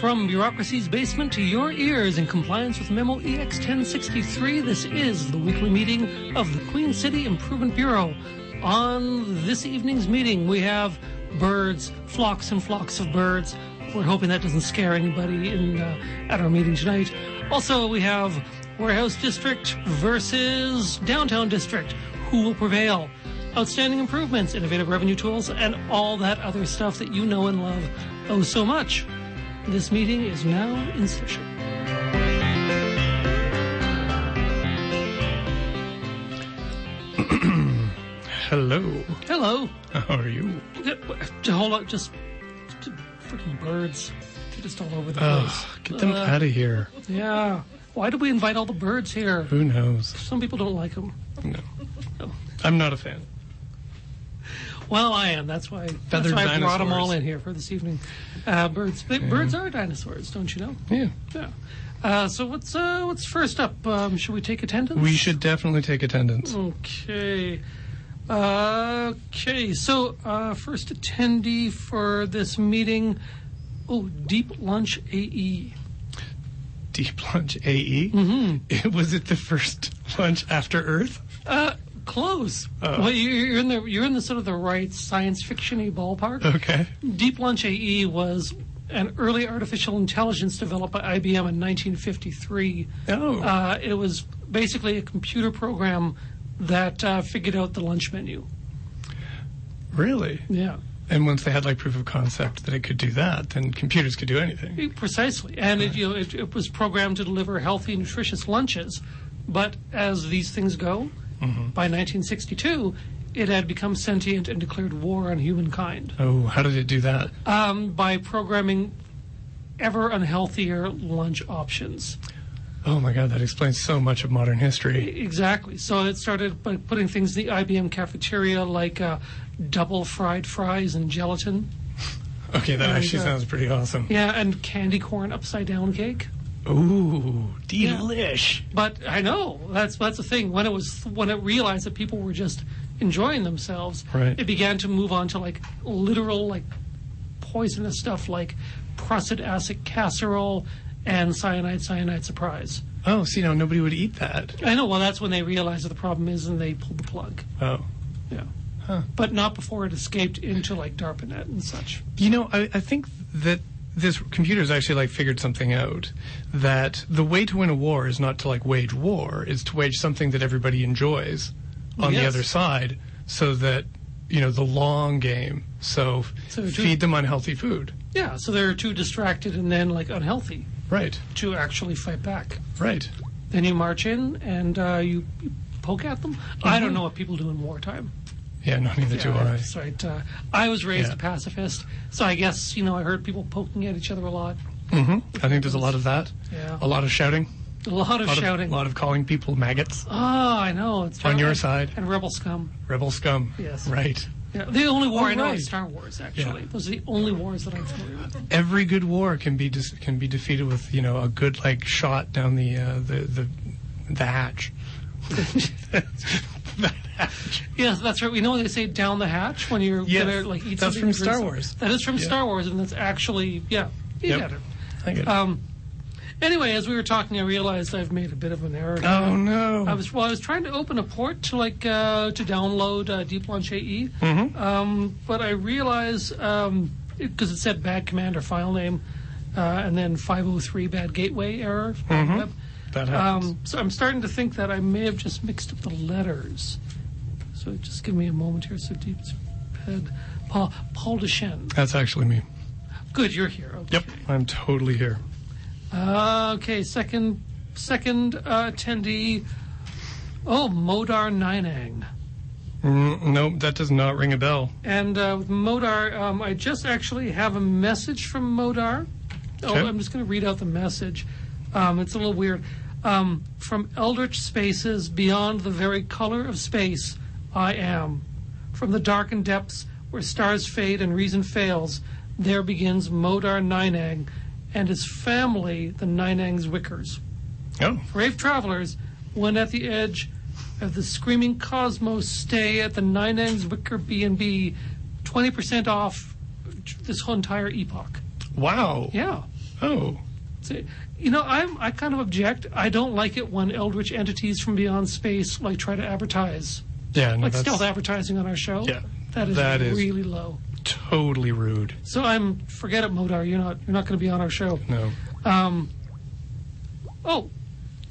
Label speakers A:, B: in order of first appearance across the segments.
A: From bureaucracy's basement to your ears in compliance with Memo E EX 1063, this is the weekly meeting of the Queen City Improvement Bureau. On this evening's meeting, we have birds, flocks and flocks of birds. We're hoping that doesn't scare anybody in uh, at our meeting tonight. Also, we have Warehouse District versus Downtown District. Who will prevail? Outstanding improvements, innovative revenue tools, and all that other stuff that you know and love oh so much. This meeting is now in session.
B: Hello.
A: Hello.
B: How are you?
A: Uh, Hold on, just, just freaking birds. They're just all over the place.
B: Ugh, get them out of here.
A: Yeah. Why do we invite all the birds here?
B: Who knows?
A: Some people don't like them.
B: No. I'm not a fan.
A: Well, I am. That's why.
B: Feathered
A: that's why I brought them all
B: dinosaurs.
A: in here for this evening. Uh, birds. They, Birds are dinosaurs, don't you know?
B: Yeah.
A: Yeah. Uh, so what's uh, what's first up? Um, should we take attendance?
B: We should definitely take attendance.
A: Okay. Uh, Okay. So uh, first attendee for this meeting. Oh, Deep Lunch E. AE.
B: Deep Lunch AE? Mm-hmm. Was it the first lunch after Earth?
A: Uh, close.
B: Oh.
A: Well, you- you're in the you're in the sort of the right science fictiony ballpark.
B: Okay.
A: Deep Lunch AE was an early artificial intelligence developed by IBM in 1953.
B: Oh.
A: Uh, it was basically a computer program that uh, figured out the lunch menu.
B: really?
A: Yeah,
B: And once they had like proof of concept that it could do that, then computers could do anything.
A: E- precisely. And it, you know, it, it was programmed to deliver healthy, nutritious lunches. But as these things go, by 1962, it had become sentient and declared war on humankind.
B: Oh, how did it do that?
A: um, by programming ever unhealthier lunch options.
B: Oh my god, that explains so much of modern
A: E-
B: history.
A: Exactly. So it started by putting things in the IBM cafeteria like uh, double fried fries and gelatin.
B: Okay, that
A: Oh,
B: actually
A: yeah.
B: sounds pretty awesome.
A: Yeah, and candy corn upside down cake.
B: Ooh, delish.
A: But I know that's that's the thing. When it was when it realized that people were just enjoying themselves,
B: Right.
A: it began to move on to like literal like poisonous stuff like prussic acid casserole and cyanide cyanide surprise.
B: Oh, see, now nobody would eat that.
A: I know. Well, that's when they realized what the problem is and they pulled the plug.
B: Oh.
A: Yeah.
B: Huh.
A: But not before it escaped into like DARPANET and such.
B: You know, I, I think that this computer's actually like figured something out that the way to win a war is not to like wage war, is to wage something that everybody enjoys on the
A: Yes.
B: other side so that you know the long game. So,
A: So to-
B: feed them unhealthy food.
A: Yeah. So they're too distracted and then like unhealthy
B: Right.
A: to actually fight back.
B: Right.
A: Then you march in and uh, you you poke at them. I don't know what people do in wartime.
B: Yeah, no neither do I.
A: That's right. Uh, I was raised
B: Yeah.
A: a pacifist, so I guess you know I heard people poking at each other a lot.
B: hmm I think there's a lot of that.
A: Yeah.
B: A lot of shouting.
A: A lot of
B: A lot of,
A: shouting.
B: lot of calling people maggots.
A: Ah, I know. It's
B: On your
A: terrible.
B: side.
A: And rebel scum.
B: Rebel scum.
A: Yes.
B: Right.
A: Yeah, the only war
B: Oh,
A: I know
B: right.
A: is Star Wars. Actually, those are the only wars that I'm familiar with.
B: every good war can be dis- can be defeated with you know a good like shot down the uh, the, the the hatch. The hatch.
A: Yes, that's right. We know they say down the hatch when you're
B: Yes,
A: gonna like eat
B: that's
A: something
B: from
A: and drink
B: Star
A: something.
B: Wars.
A: That is from
B: Yeah.
A: Star Wars, and that's actually yeah, you
B: Yep.
A: got it.
B: I get it.
A: Um, anyway, as we were talking, I realized I've made a bit of an error.
B: oh no!
A: I was well, I was trying to open a port to like uh, to download uh, Deep Launch AE, um, but I realized because it said bad command or file name, uh, and then 503 bad gateway error. Yep.
B: that happens.
A: Um, so I'm starting to think that I may have just mixed up the letters. So just give me a moment here. So deep head. Paul, Paul Deschen.
B: That's actually me.
A: Good, you're here. Okay.
B: Yep, I'm totally here.
A: Uh, okay, second second uh, attendee. Oh, Modar Ninang.
B: Mm, nope, that does not ring a bell.
A: And uh, with Modar, um, I just actually have a message from Modar. Oh,
B: Okay.
A: I'm just going to read out the message. Um, it's a little weird. Um, from eldritch spaces beyond the very color of space, I am. From the darkened depths where stars fade and reason fails, there begins Modar Ninang and his family, the Ninang's Wickers
B: Oh,
A: brave travelers, when at the edge of the screaming cosmos, stay at the Nine Ends Wicker B&B, 20% off this whole entire epoch.
B: wow!
A: Yeah.
B: Oh,
A: Say, You know, I'm, I kind of object. I don't like it when eldritch entities from beyond space like try to advertise,
B: yeah, no,
A: like
B: that's
A: stealth advertising on our show.
B: Yeah.
A: that is
B: That is-
A: really low.
B: totally rude.
A: So I'm forget it, Modar. You're not you're not going to be on our show.
B: No,
A: Um, oh,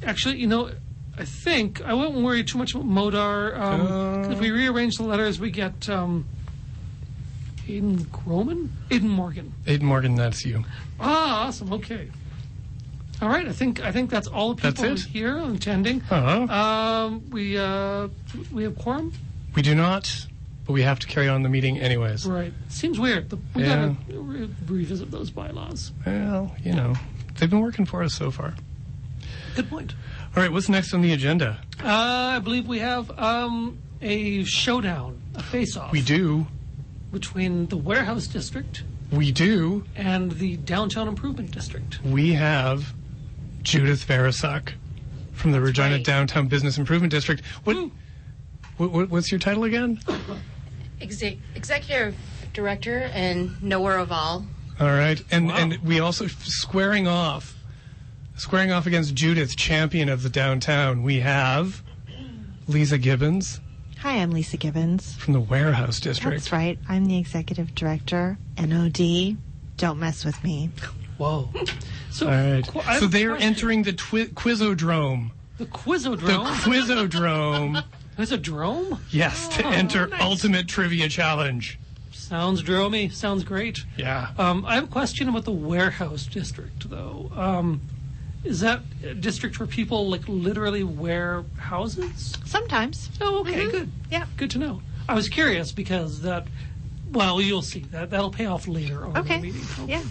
A: actually, you know, I think I won't worry too much about Modar. Um, 'cause if we
B: Uh.
A: rearrange the letters, we get um, Aiden Groman, Aiden Morgan.
B: Aiden Morgan, that's you.
A: Ah, awesome. Okay. All right. I think I think that's all the
B: That's
A: people
B: it?
A: here attending.
B: Uh-huh.
A: Um, we uh, we have quorum.
B: We do not, but we have to carry on the meeting anyways.
A: Right. Seems weird. The- We
B: Yeah.
A: gotta re- revisit those bylaws.
B: Well, you know, they've been working for us so far.
A: Good point.
B: All right, what's next on the agenda?
A: Uh, I believe we have um, a showdown, a face-off
B: We do,
A: between the warehouse district
B: we do,
A: and the downtown improvement district.
B: we have Judith Varasuk from the Regina
C: right.
B: Downtown Business Improvement District. What, what, what- what's your title again?
C: Exec- executive director and knower of all.
B: All right, and
A: Wow.
B: and we also squaring off, squaring off against Judith, champion of the downtown. We have Lisa Gibbons
D: Hi, I'm Lisa Gibbons.
B: from the Warehouse District.
D: That's right. I'm the executive director, NOD. Don't mess with me.
A: Whoa! So,
B: All right.
A: qu- I have
B: so
A: a
B: they are
A: question.
B: entering the twi- quizodrome.
A: the
B: The
A: quizodrome.
B: quizodrome.
A: There's a drome.
B: yes, to enter ultimate trivia challenge.
A: Sounds dromey. Sounds great.
B: Yeah.
A: Um, I have a question about the warehouse district, though. Um, is that a district where people like literally wear houses?
D: Sometimes.
A: Oh, okay,
D: Mhm.
A: good.
D: Yeah.
A: good to know. I was curious because that. Well, you'll see that that'll pay off later on in the
D: Okay.
A: meeting.
D: Yeah.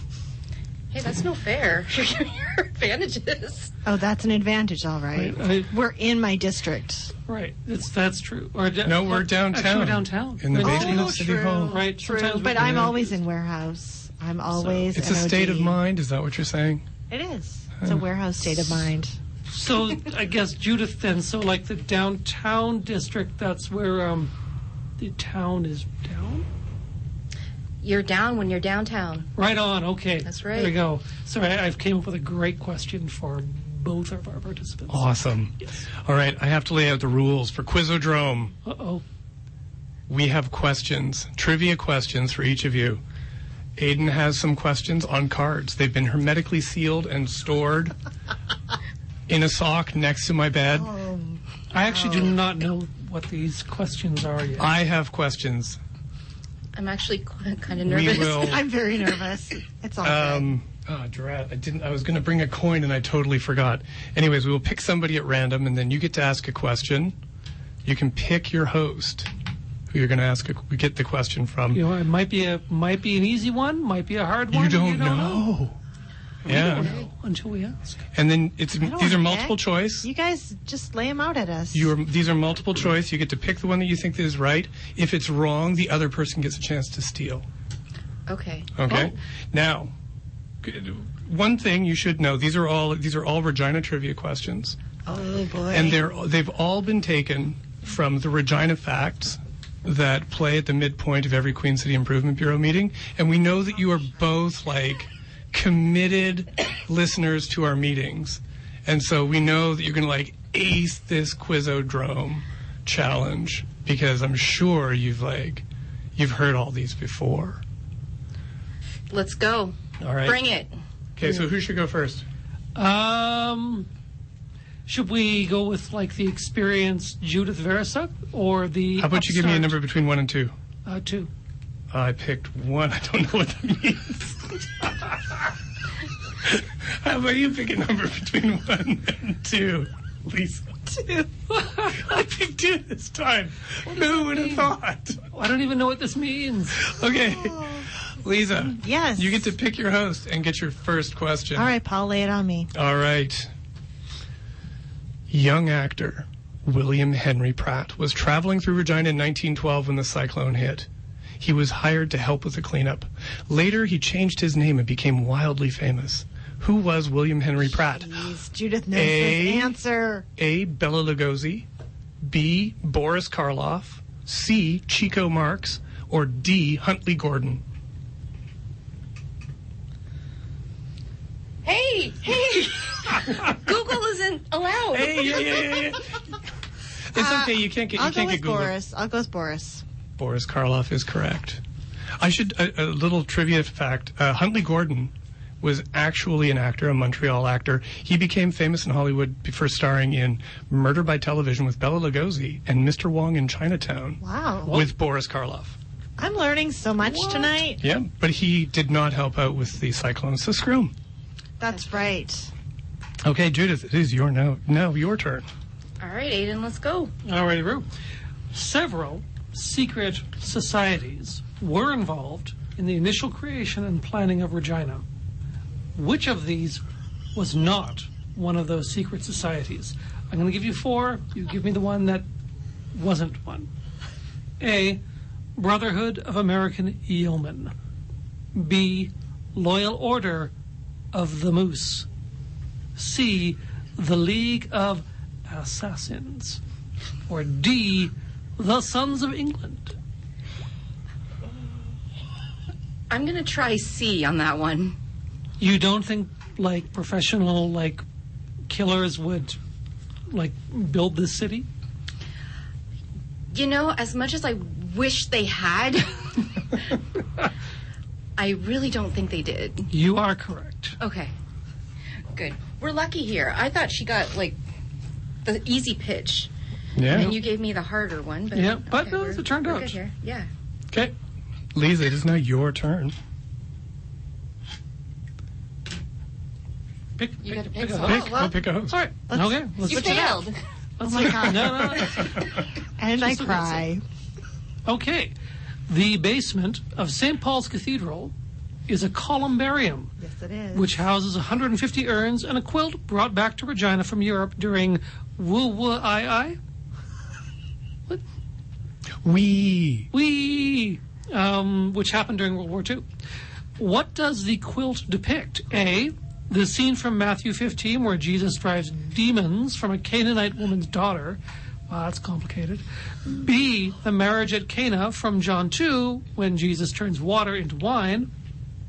C: Hey, that's no fair. Your advantages.
D: Oh, that's an advantage, all right.
A: Right, I-
D: We're in my district.
A: right. It's that's true. Or d-
B: No, we're
A: actually,
B: downtown.
A: we're downtown
B: In the
A: Right.
B: basement
D: Oh,
B: of City
D: true.
B: Hall.
A: Right. Sometimes we-
D: But I'm always in warehouse. I'm always
B: It's a
D: NOD.
B: state of mind. Is that what you're saying?
D: It is. It's a warehouse state of mind.
A: Oh, So I guess Judith then. So like the downtown district, that's where um, the town is down.
C: You're down when you're downtown.
A: Right on. Okay.
C: That's right.
A: There we go. Sorry, I- I've came up with a great question for both of our participants.
B: Oh. Awesome. All right, I have to lay out the rules for quizodrome.
A: Uh oh.
B: we have questions, trivia questions for each of you. Aiden has some questions on cards. They've been hermetically sealed and stored in a sock next to my bed.
A: I actually
C: Oh.
A: do not know what these questions are yet.
B: I have questions.
C: I'm actually qu- kind of
B: We
C: nervous.
B: will.
D: I'm very nervous. It's all
B: Oh. Um, oh, drat. I didn't. I was going to bring a coin and I totally forgot. Anyways, we will pick somebody at random and then you get to ask a question. You can pick your host who you're going to ask, a, get the question from.
A: You know, it might be a might be an easy one, might be a hard one.
B: You
A: and
B: don't,
A: you don't know.
B: know. Yeah.
A: until we ask.
B: And then it's
D: don't
B: these are
D: wanna
B: multiple
D: pick.
B: choice.
D: You guys just lay them out at us.
B: You are, these are multiple choice. You get to pick the one that you think is right. If it's wrong, the other person gets a chance to steal.
C: Okay.
B: Okay.
D: Oh.
B: Now, good- one thing you should know: these are all these are all Regina trivia questions,
D: oh, boy.
B: and they're they've all been taken from the Regina facts that play at the midpoint of every Queen City Improvement Bureau meeting. And we know that you are both like committed listeners to our meetings, and so we know that you're going to like ace this Quizodrome challenge because I'm sure you've like you've heard all these before.
C: Let's go.
B: All right.
C: Bring it.
B: Okay, so who should go first?
A: Um, should we go with like the experienced Judith Verasuk or the?
B: How about you give me a
A: upstart,
B: number between one and two?
A: Uh, two.
B: I picked one. I don't know what that means. How about you pick a number between one and two, Lisa? Two. I picked two this time. Who would have thought?
A: I don't even know what this means.
B: Okay, Lisa,
D: yes.
B: you get to pick your host and get your first question.
D: All right, Paul, lay it on me.
B: All right. Young actor William Henry Pratt was traveling through Regina in 1912 when the cyclone hit. He was hired to help with the cleanup. Later, he changed his name and became wildly famous. Who was William Henry Pratt?
D: Jeez, Judith knows
B: A.
D: this answer.
B: A. Bella Lugosi, B. Boris Karloff, C. Chico Marx, or D. Huntley Gordon?
C: Hey, hey, Google isn't allowed.
B: Hey, yeah, yeah, yeah, yeah. Uh, It's okay. You can't get.
D: I'll
B: you
D: go
B: can't
D: with
B: get Google.
D: Boris. I'll go with Boris.
B: Boris Karloff is correct. I should a, a little trivia fact. Uh, Huntley Gordon was actually an actor, a Montreal actor. He became famous in Hollywood for starring in Murder by Television with Bella Lugosi and Mr. Wong in Chinatown
D: Wow.
B: with Boris Karloff.
D: I'm learning so much tonight.
B: Yeah, but he did not help out with the Cyclone Siskroom.
D: That's right.
B: Okay, Judith, it is your now now your turn.
C: All right, Aiden, let's go.
A: Alrighty, Roo. Several secret societies were involved in the initial creation and planning of Regina. Which of these was not one of those secret societies? I'm going to give you four. You give me the one that wasn't one. A. Brotherhood of American Yeomen. B. Loyal Order of the Moose. C. The League of Assassins or D, the Sons of England?
C: I'm gonna try C on that one.
A: You don't think like professional like killers would like build this city?
C: You know, as much as I wish they had, I really don't think they did.
A: You are correct.
C: Okay, good. We're lucky here. I thought she got like the easy pitch,
B: Yeah.
C: and you gave me the harder one. But
A: Yeah, but no,
C: we're-
A: it turned
C: we're
A: out.
C: good here. Yeah.
B: Okay. Lisa, it is now your turn.
A: Pick, pick,
C: You gotta pick
A: a
C: some.
A: hook.
B: Pick,
C: well.
B: go pick a host.
A: All right. okay. Let's
C: You
A: switch it up.
C: failed.
A: Let's
D: Oh my
A: see.
D: God.
A: No, no, no.
D: And I
A: Just look at
D: cry.
A: Okay. The basement of St. Paul's Cathedral is a columbarium
D: Yes, it is.
A: which houses 150 urns and a quilt brought back to Regina from Europe during Woo Woo I I.
B: We
A: We, um, which happened during World War II. What does the quilt depict? A, the scene from Matthew 15 where Jesus drives demons from a Canaanite woman's daughter. Wow, that's complicated. B, the marriage at Cana from John 2 when Jesus turns water into wine.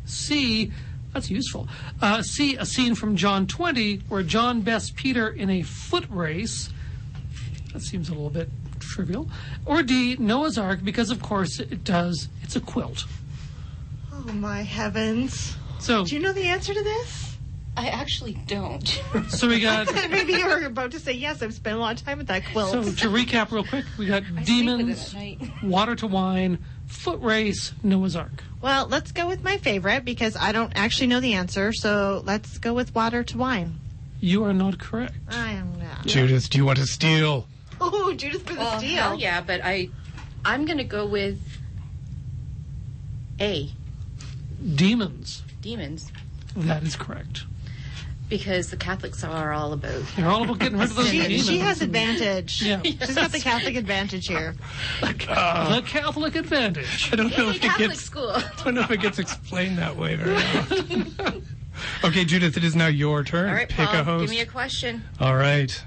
A: C, that's useful. Uh, C, a scene from John 20 where John bests Peter in a foot race. That seems a little bit trivial. Or D, Noah's Ark, because of course it does. It's a quilt.
D: Oh my heavens.
A: So,
D: Do you know the answer to this?
C: I actually don't.
A: so we got.
D: Maybe you were about to say yes. I've spent a lot of time with that quilt.
A: So to recap, real quick, we got demons,
C: Sleep with it at night.
A: water to wine, foot race, Noah's Ark.
D: well, let's go with my favorite because I don't actually know the answer. So let's go with water to wine.
A: You are not correct.
D: I am not.
B: Judith, do you want to steal?
D: Oh, Judas for the
C: Well,
D: steal.
C: hell yeah, but I, I'm gonna go with A,
A: Demons.
C: demons,
A: That is correct.
C: because the Catholics are all about.
A: They're all about getting rid of those
D: She,
A: demons.
D: she has advantage.
A: Yeah.
D: She's got the Catholic advantage here.
A: the Catholic advantage.
B: I don't know
C: Yay,
B: if it
C: Catholic
B: gets
C: school.
B: I don't know if it gets explained that way very often. okay, Judith, it is now your turn.
C: All right,
B: Pick
C: Paul,
B: a host.
C: give me a question.
B: All right.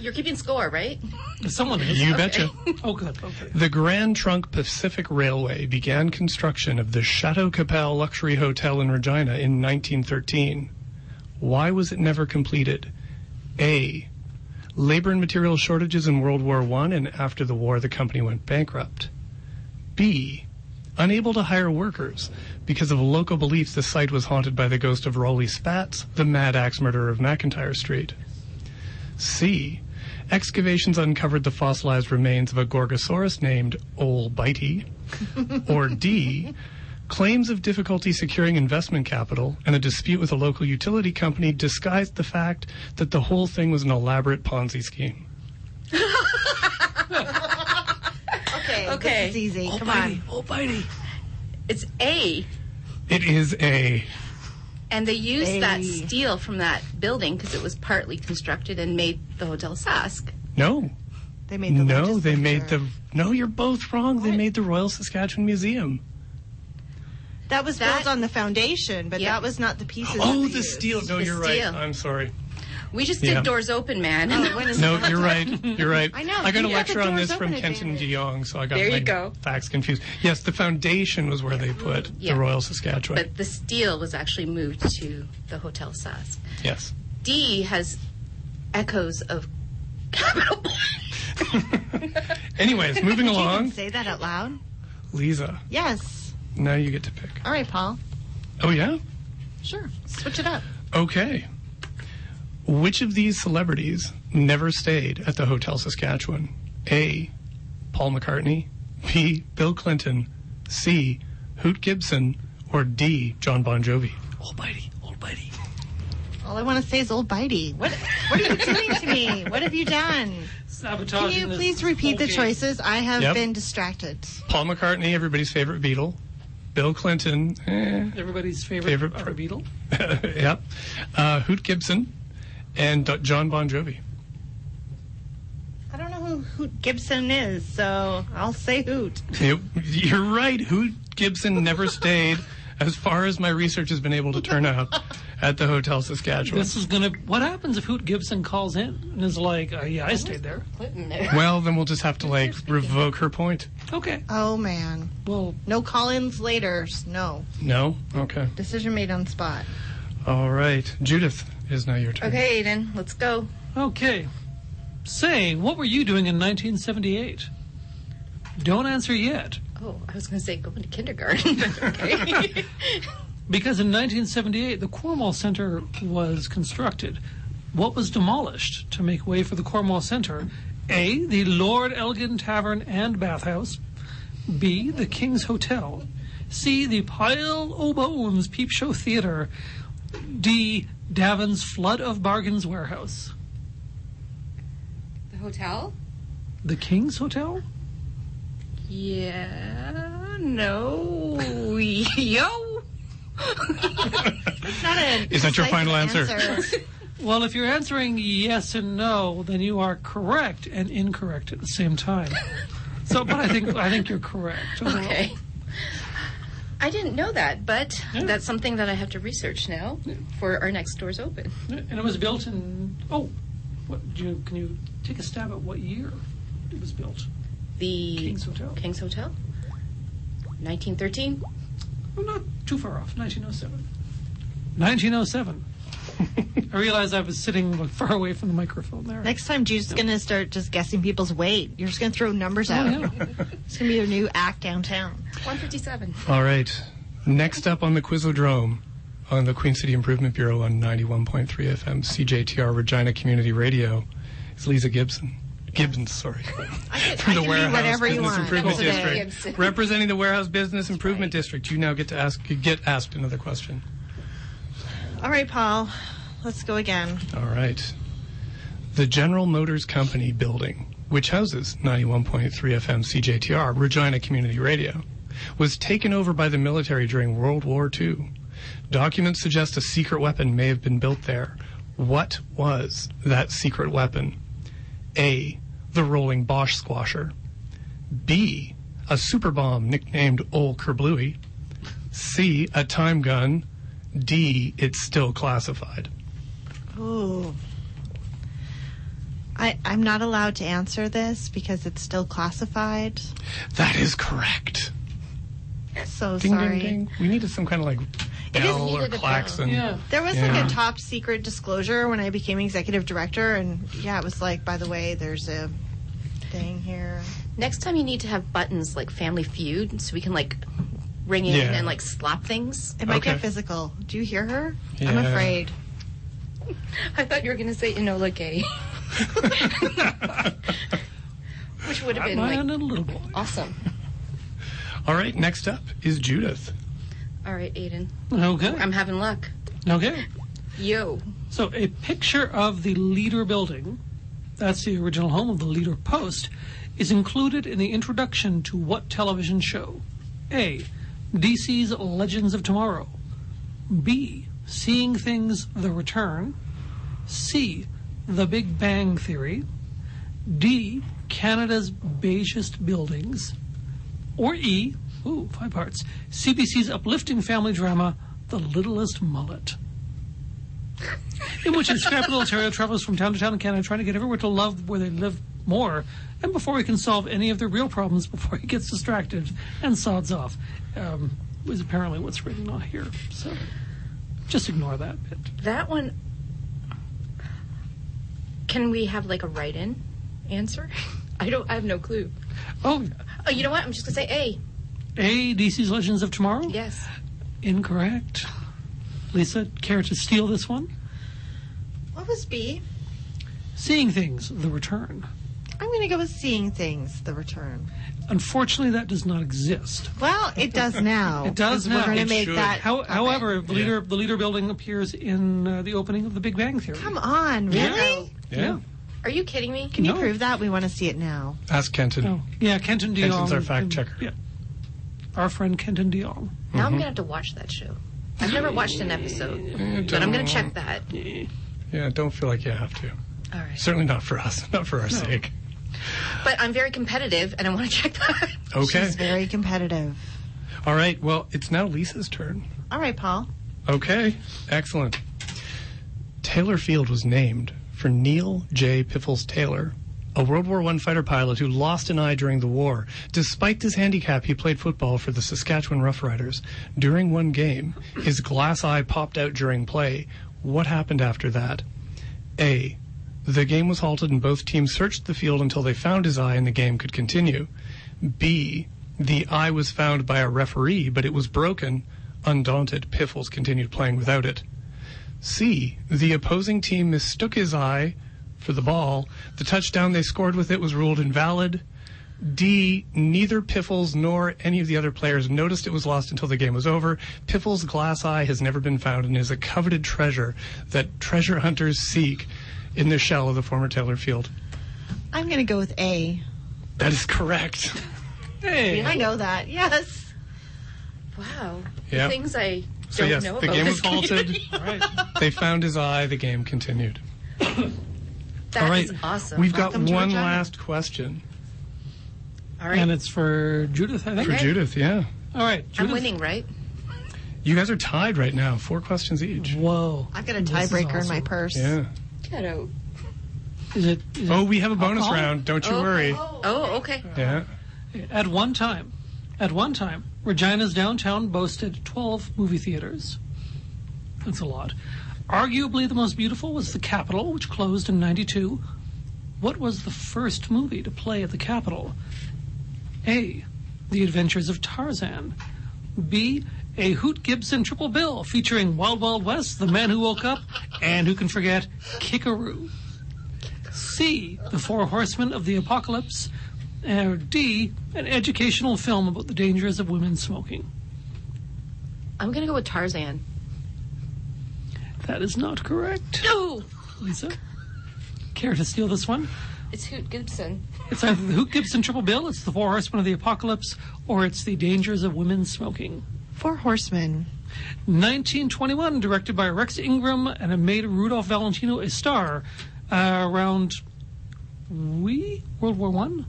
C: You're keeping score, right?
A: Someone is.
B: You betcha.
A: Oh, good. Okay.
B: The Grand Trunk Pacific Railway began construction of the Chateau Capel Luxury Hotel in Regina in 1913. Why was it never completed? A. Labor and material shortages in World War I, and after the war, the company went bankrupt. B. Unable to hire workers because of local belief the site was haunted by the ghost of Raleigh Spatz, the mad axe murderer of McIntyre Street. C. Excavations uncovered the fossilized remains of a Gorgosaurus named Ol Bitey. or D. Claims of difficulty securing investment capital and a dispute with a local utility company disguised the fact that the whole thing was an elaborate Ponzi scheme.
D: Okay.
C: Okay.
D: This is easy. Come on.
A: Oh, bitey.
C: It's A,
B: It is a.
C: and they used
D: A.
C: that steel from that building because it was partly constructed and made the Hotel Sask.
B: No.
D: They made the
B: No,
D: largest
B: they made
D: picture.
B: the. No, you're both wrong. They made the Royal Saskatchewan Museum.
D: That was
C: That-
D: built on the foundation, but
C: Yeah.
D: that was not the pieces.
B: Oh,
D: that they
B: the
D: used.
B: steel. No,
C: The
B: you're right.
C: steel.
B: I'm sorry.
C: We just did
B: Yeah.
C: doors open, man.
D: Oh, what is
B: No,
D: it?
B: you're right. You're right.
D: I know.
B: I got a
D: You got
B: lecture
D: the
B: on this
D: doors
B: from
D: open
B: Kenton
D: advantage.
B: de Jong, so I got
C: There you
B: my
C: go.
B: facts confused. Yes, the foundation was where they put
C: Yeah.
B: the Royal Saskatchewan.
C: but the steel was actually moved to the Hotel Sask.
B: yes.
C: D has echoes of Capital Point.
B: Anyways, moving
D: Did you even
B: along.
D: say that out loud?
B: Lisa,
D: Yes.
B: now you get to pick.
D: All right, Paul.
B: Oh, yeah?
D: Sure. Switch it up.
B: Okay. Which of these celebrities never stayed at the Hotel Saskatchewan? A. Paul McCartney. B. Bill Clinton. C. Hoot Gibson. Or D. John Bon Jovi.
A: Old Bitey, old Bitey.
D: All I want to say is old bitey. What what are you doing to me? What have you done? Can
A: Sabotaging
D: you
A: this
D: please repeat
A: whole
D: the
A: game.
D: choices? I have
B: Yep.
D: been distracted.
B: Paul McCartney, everybody's favorite Beatle. Bill Clinton, eh,
A: Everybody's favorite,
B: Favorite
A: our
B: part.
A: Beatle.
B: yep. Uh, Hoot Gibson, and Do- John Bon Jovi.
D: I don't know who, who Gibson is, so I'll say Hoot.
B: You- You're right. Hoot Gibson never stayed, as far as my research has been able to turn up, at the Hotel Saskatchewan.
A: This is gonna. What happens if Hoot Gibson calls in and is like, uh, "Yeah, I stayed there."
C: Clinton there.
B: Well, then we'll just have to like revoke her point.
A: Okay.
D: Oh man.
A: Well,
D: No call-ins later. No.
B: No. Okay.
D: Decision made on spot.
B: All right. Judith it is now your turn.
C: Okay, Aiden, let's go.
A: okay. Say, what were you doing in 1978? Don't answer yet,
C: Oh, I was going to say going to kindergarten. but okay.
A: because in 1978 the Cornwall Center was constructed. What was demolished to make way for the Cornwall Center? A. The Lord Elgin Tavern and Bathhouse. B. The King's Hotel. C. The Pile O' Bones Peep Show Theater. D. Davin's Flood of Bargains Warehouse.
C: the hotel?
A: The King's Hotel?
C: Yeah. No. Yo.
D: It's not a
B: Is that your
D: decisive
B: final answer?
A: Well, if you're answering yes and no, then you are correct and incorrect at the same time. So, but I think I think you're correct. overall.
C: Okay. I didn't know that, but that's something that I have to research now for our next doors open.
A: And it was built in oh, what do you, can you take a stab at what year it was built?
C: The
A: King's Hotel.
C: King's Hotel. 1913.
A: Well, not too far off. 1907. 1907. I realized I was sitting far away from the microphone there.
D: Next time, Jude's gonna start just guessing people's weight. You're just gonna throw
B: Oh,
D: numbers out.
A: yeah.
D: It's gonna be your new act downtown.
C: 157.
B: All right. Next up on the Quizodrome on the Queen City Improvement Bureau on 91.3 FM CJTR Regina Community Radio is Lisa Gibson. Gibbons, sorry. From
D: I can be whatever you
B: Business
D: want
B: Improvement
D: today.
B: District.
C: Gibson.
B: Representing the Warehouse Business Improvement District, you now get to ask get asked another question.
D: All right, Paul. Let's go again.
B: All right. The General Motors Company building, which houses 91.3 FM CJTR, Regina Community Radio, was taken over by the military during World War II. Documents suggest a secret weapon may have been built there. What was that secret weapon? A. The rolling Bosch squasher. B. A super bomb nicknamed Ol Kerblooey. C. A time gun. D. It's still classified.
D: Ooh. I, I'm not allowed to answer this because it's still classified.
B: That is correct.
D: So
B: Ding
D: sorry.
B: ding ding. We needed some kind of like bell or
C: needed a
B: klaxon.
A: Yeah.
D: There was
B: Yeah.
D: like a top secret disclosure when I became executive director, and yeah, it was like, by the way, there's a thing here.
C: Next time you need to have buttons like Family Feud so we can like ring in
B: Yeah.
C: and like slap things.
D: It might
B: Okay.
D: get physical. Do you hear her? I'm
B: Yeah.
D: afraid.
C: I thought you were going to say Enola Gay. Which would have been
A: My
C: like
A: little boy.
C: awesome.
B: All right, next up is Judith.
C: All right, Aiden.
A: Okay.
C: I'm having luck.
A: Okay.
C: Yo.
A: So a picture of the leader building, that's the original home of the leader post, is included in the introduction to what television show? A. DC's Legends of Tomorrow. B. Seeing Things The Return. C. The Big Bang Theory. D. Canada's Beigest Buildings. Or E. Ooh, five parts. CBC's uplifting family drama, The Littlest Mullet. in which Scrapple Ontario travelers from town to town in Canada trying to get everywhere to love where they live more, and before he can solve any of their real problems, before he gets distracted and sods off, um, is apparently what's written on here. So just ignore that bit.
C: That one. Can we have like a write-in answer? I don't. I have no clue.
A: Oh,
C: Oh, you know what? I'm just gonna say A.
A: A, DC's Legends of Tomorrow?
C: Yes.
A: Incorrect. Lisa, care to steal this one?
D: What was B?
A: Seeing Things, The Return.
D: I'm going to go with seeing things, the return.
A: Unfortunately, that does not exist.
D: Well, it does now.
A: It does
D: 'cause
A: now.
D: We're going to
A: It
D: make
B: should.
D: that.
A: How,
D: puppet.
A: however, the leader the leader building appears in uh, the opening of The Big Bang Theory.
D: come on, really?
A: Yeah.
C: Are you kidding me?
D: Can you
A: No.
D: prove that? We want to see it now.
B: Ask Kenton.
A: Oh, yeah. Kenton DeYoung.
B: Kenton's our fact checker.
A: Yeah. Our friend Kenton DeYoung.
C: Now I'm gonna have to watch that show. I've never watched an episode, but I'm gonna check that.
B: Yeah, don't feel like you have to.
C: All right.
B: Certainly not for us, not for our sake.
C: But I'm very competitive, and I want to check that.
B: Okay.
D: She's very competitive.
B: All right. Well, it's now Lisa's turn.
D: All right, Paul.
B: Okay. Excellent. Taylor Field was named for Neil J. Piffles Taylor, a World War I fighter pilot who lost an eye during the war. Despite his handicap, he played football for the Saskatchewan Roughriders. During one game, his glass eye popped out during play. What happened after that? A. The game was halted and both teams searched the field until they found his eye and the game could continue. B. The eye was found by a referee, but it was broken. Undaunted, Piffles continued playing without it. C. The opposing team mistook his eye for the ball. The touchdown they scored with it was ruled invalid. D. Neither Piffles nor any of the other players noticed it was lost until the game was over. Piffles' glass eye has never been found and is a coveted treasure that treasure hunters seek in the shell of the former Taylor Field.
D: I'm going to go with A.
B: That is correct.
A: Hey.
D: I know that. Yes.
C: Wow.
B: Yeah.
C: The things I don't
B: So yes,
C: know
B: the
C: about
B: game
C: this
B: was halted.
C: community.
A: All right.
B: They found his eye. The game continued.
C: That
B: All right.
C: is awesome.
B: We've got
D: Welcome to
B: one
D: Regina.
B: last question
C: All right.
A: And it's for Judith, I think.
B: for Judith. Yeah.
A: All right. Judith.
C: I'm winning, right?
B: You guys are tied right now, four questions each.
A: Whoa.
D: I've got a
A: This is
D: tiebreaker in my
A: awesome.
D: purse.
B: Yeah.
C: Kiddo.
A: Is it, is it
B: Oh, we have a bonus
A: Alcohol?
B: round. Don't you worry.
C: Oh, okay.
B: Yeah.
A: At one time, at one time, Regina's downtown boasted 12 movie theaters. That's a lot. Arguably the most beautiful was the Capitol, which closed in 92. What was the first movie to play at the Capitol? A. The Adventures of Tarzan. B. A Hoot Gibson triple bill featuring Wild Wild West, The Man Who Woke Up, and who can forget, Kikaroo. C, The Four Horsemen of the Apocalypse, or D, an educational film about the dangers of women smoking.
C: I'm gonna go with Tarzan.
A: That is not correct.
C: No,
A: Lisa, care to steal this one?
C: it's Hoot Gibson.
A: It's either the Hoot Gibson Triple Bill, it's The Four Horsemen of the Apocalypse, or it's The Dangers of Women Smoking.
D: Four horsemen.
A: 1921, directed by Rex Ingram, and it made Rudolph Valentino a star uh, around we World War One.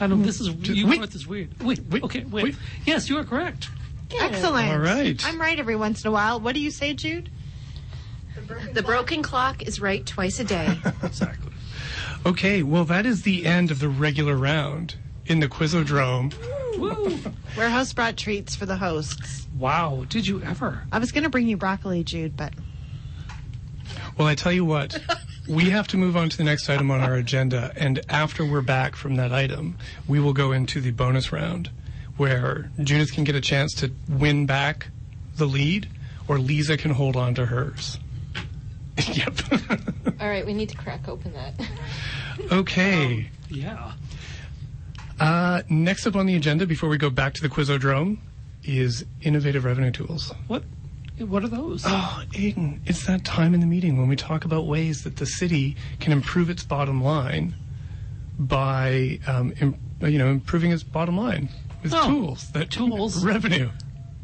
A: I don't. This is you
B: wait.
A: wrote this weird. Wait,
B: Wait,
A: okay, wait.
B: wait.
A: Yes, you are correct.
D: Excellent.
B: All right.
D: I'm right every once in a while. What do you say, Jude?
C: The broken clock is right twice a day.
B: Exactly. Okay, well, that is the end of the regular round in the Quizodrome.
A: Woo!
D: Warehouse brought treats for the hosts.
A: wow, did you ever?
D: I was going to bring you broccoli, Jude, but
B: Well, I tell you what, we have to move on to the next item on our agenda. And after we're back from that item, we will go into the bonus round where Judith can get a chance to win back the lead or Lisa can hold on to hers. yep.
C: All right, we need to crack open that.
B: okay.
A: Yeah.
B: Uh, next up on the agenda, before we go back to the Quizodrome, is innovative revenue tools.
A: What? What are those?
B: Oh, Aiden, it's that time in the meeting when we talk about ways that the city can improve its bottom line by, um, im- you know, improving its bottom line with
A: Oh,
B: tools that
A: tools.
B: revenue.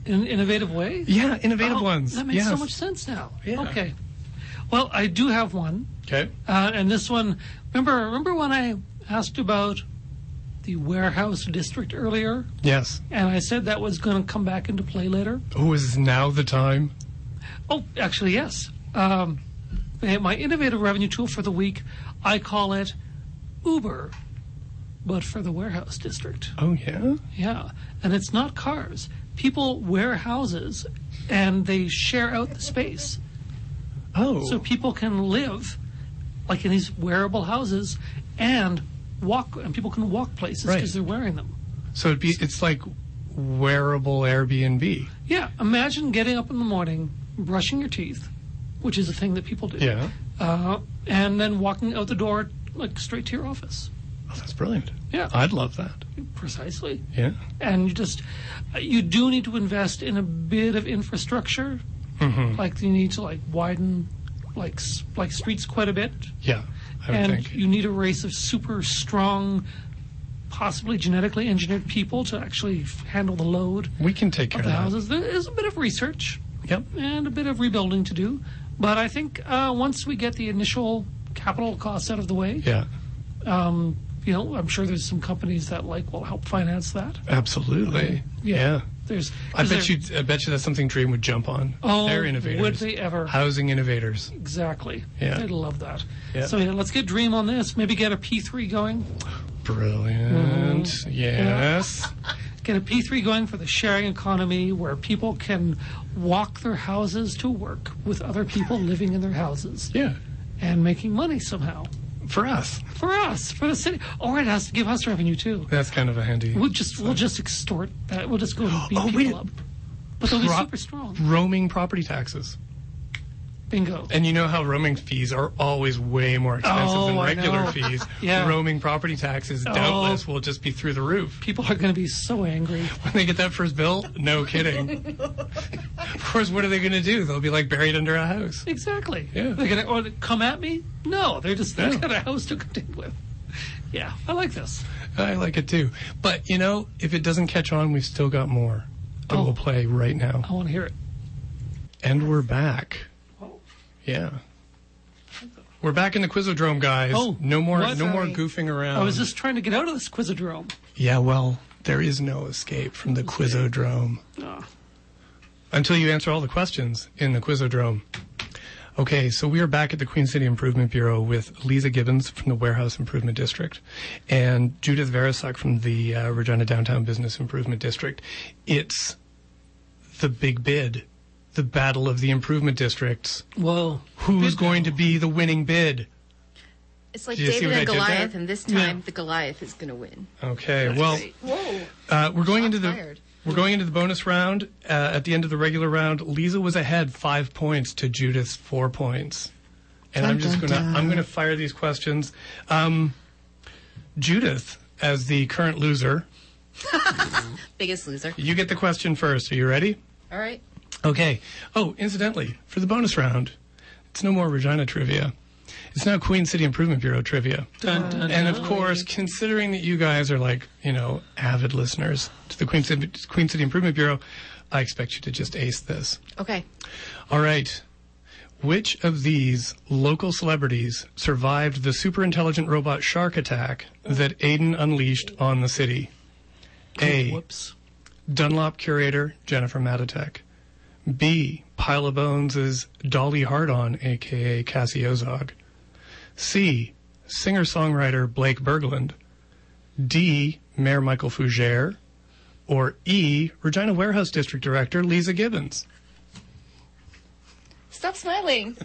A: In an innovative way.
B: Yeah, innovative
A: Oh,
B: ones.
A: That makes so
B: Yes.
A: much sense now.
B: Yeah.
A: Okay. Well, I do have one.
B: Okay.
A: Uh, and this one, remember, remember when I asked about the warehouse district earlier,
B: Yes.
A: and I said that was going to come back into play later.
B: Oh, is now the time?
A: Oh, actually, yes. Um, Okay, my innovative revenue tool for the week, I call it Uber, but for the warehouse district.
B: Oh, yeah?
A: Yeah, and it's not cars. People wear houses and they share out the space.
B: Oh.
A: So people can live like in these wearable houses and walk, and people can walk places because
B: Right.
A: they're wearing them.
B: So it'd be, it's like wearable Airbnb.
A: Yeah, imagine getting up in the morning, brushing your teeth, which is a thing that people do.
B: Yeah.
A: Uh, and then walking out the door like straight to your office.
B: Oh, that's brilliant.
A: Yeah.
B: I'd love that.
A: Precisely.
B: Yeah.
A: And you just you do need to invest in a bit of infrastructure.
B: Mm-hmm.
A: Like you need to like widen like s- like streets quite a bit,
B: Yeah. I would
A: and
B: think.
A: you need a race of super strong, possibly genetically engineered people to actually f- handle the load
B: we can take care
A: of
B: of
A: the
B: that.
A: houses. There is a bit of research.
B: Yep.
A: and a bit of rebuilding to do. But I think uh, once we get the initial capital costs out of the way,
B: Yeah.
A: um, you know, I'm sure there's some companies that like will help finance that.
B: Absolutely. Yeah.
A: There's,
B: I
A: 'cause
B: bet
A: they're-
B: you. I bet you that's something Dream would jump on.
A: Oh,
B: They're innovators.
A: would they ever?
B: Housing innovators.
A: Exactly.
B: Yeah.
A: They'd love that.
B: Yeah.
A: So yeah, let's get Dream on this. Maybe get a P3 going.
B: Brilliant.
A: Mm.
B: Yes.
A: Get a P3 going for the sharing economy where people can walk their houses to work with other people living in their houses
B: Yeah.
A: and making money somehow.
B: For us,
A: For us, for the city. Or it has to give us revenue too.
B: that's kind of a handy.
A: We'll just we'll just extort that. We'll just go and beat
B: Oh, we
A: people
B: didn't-
A: up. But they'll be
B: Pro-
A: super strong.
B: Roaming property taxes,
A: Bingo.
B: and you know how roaming fees are always way more expensive
A: Oh,
B: than
A: I
B: regular
A: know.
B: fees.
A: Yeah. Oh.
B: Roaming property taxes, doubtless, will just be through the roof
A: People are going to be so angry.
B: when they get that first bill. No kidding. of course, what are they going to do? They'll be like buried under a house.
A: Exactly.
B: Yeah.
A: They're going to or they come at me. No, they're just they've
B: No.
A: got a house to contend with. Yeah, I like this.
B: I like it too. But you know, if it doesn't catch on, we've still got more that
A: Oh.
B: we'll play right now.
A: I want to hear it.
B: And we're back.
A: Oh.
B: Yeah. We're back in the Quizodrome, guys.
A: Oh,
B: no more,
A: what?
B: no more
D: Sorry.
B: goofing around.
A: I was just trying to get out of this quizodrome.
B: Yeah, well, there is no escape from the Quizodrome
A: Ah,
B: until you answer all the questions in the Quizodrome. Okay, so we are back at the Queen City Improvement Bureau with Lisa Gibbons from the Warehouse Improvement District and Judith Verisak from the uh, Regina Downtown Business Improvement District. It's the big bid, the battle of the improvement districts.
A: whoa.
B: Who's going to be the winning bid?
C: It's like
B: Do you see
C: David
B: what I did
C: and
B: there?
C: Goliath, and this time the Goliath is going to win.
B: Okay, well, uh, we're going into the
D: fired.
B: we're going into the bonus round. Uh, at the end of the regular round, Lisa was ahead five points to Judith's four points, and I'm just
D: dun,
B: gonna
D: dun.
B: I'm gonna fire these questions. Um, Judith, as the current loser,
C: Biggest loser.
B: you get the question first. Are you ready?
C: All right.
B: Okay. Oh, incidentally, for the bonus round, it's no more Regina trivia. It's now Queen City Improvement Bureau trivia.
A: Dun, dun,
B: And of course, considering that you guys are like, you know, avid listeners to the Queen City, Queen City Improvement Bureau, I expect you to just ace this.
C: Okay.
B: All right. Which of these local celebrities survived the super intelligent robot shark attack that Aiden unleashed on the city? A.
A: Whoops.
B: Dunlop curator Jennifer Matatek. B. Pile of Bones is Dolly Hardon, aka Cassie Ozog. C. Singer songwriter Blake Berglund. D. Mayor Michael Fougere. Or E. Regina Warehouse District Director Lisa Gibbons.
C: Stop smiling.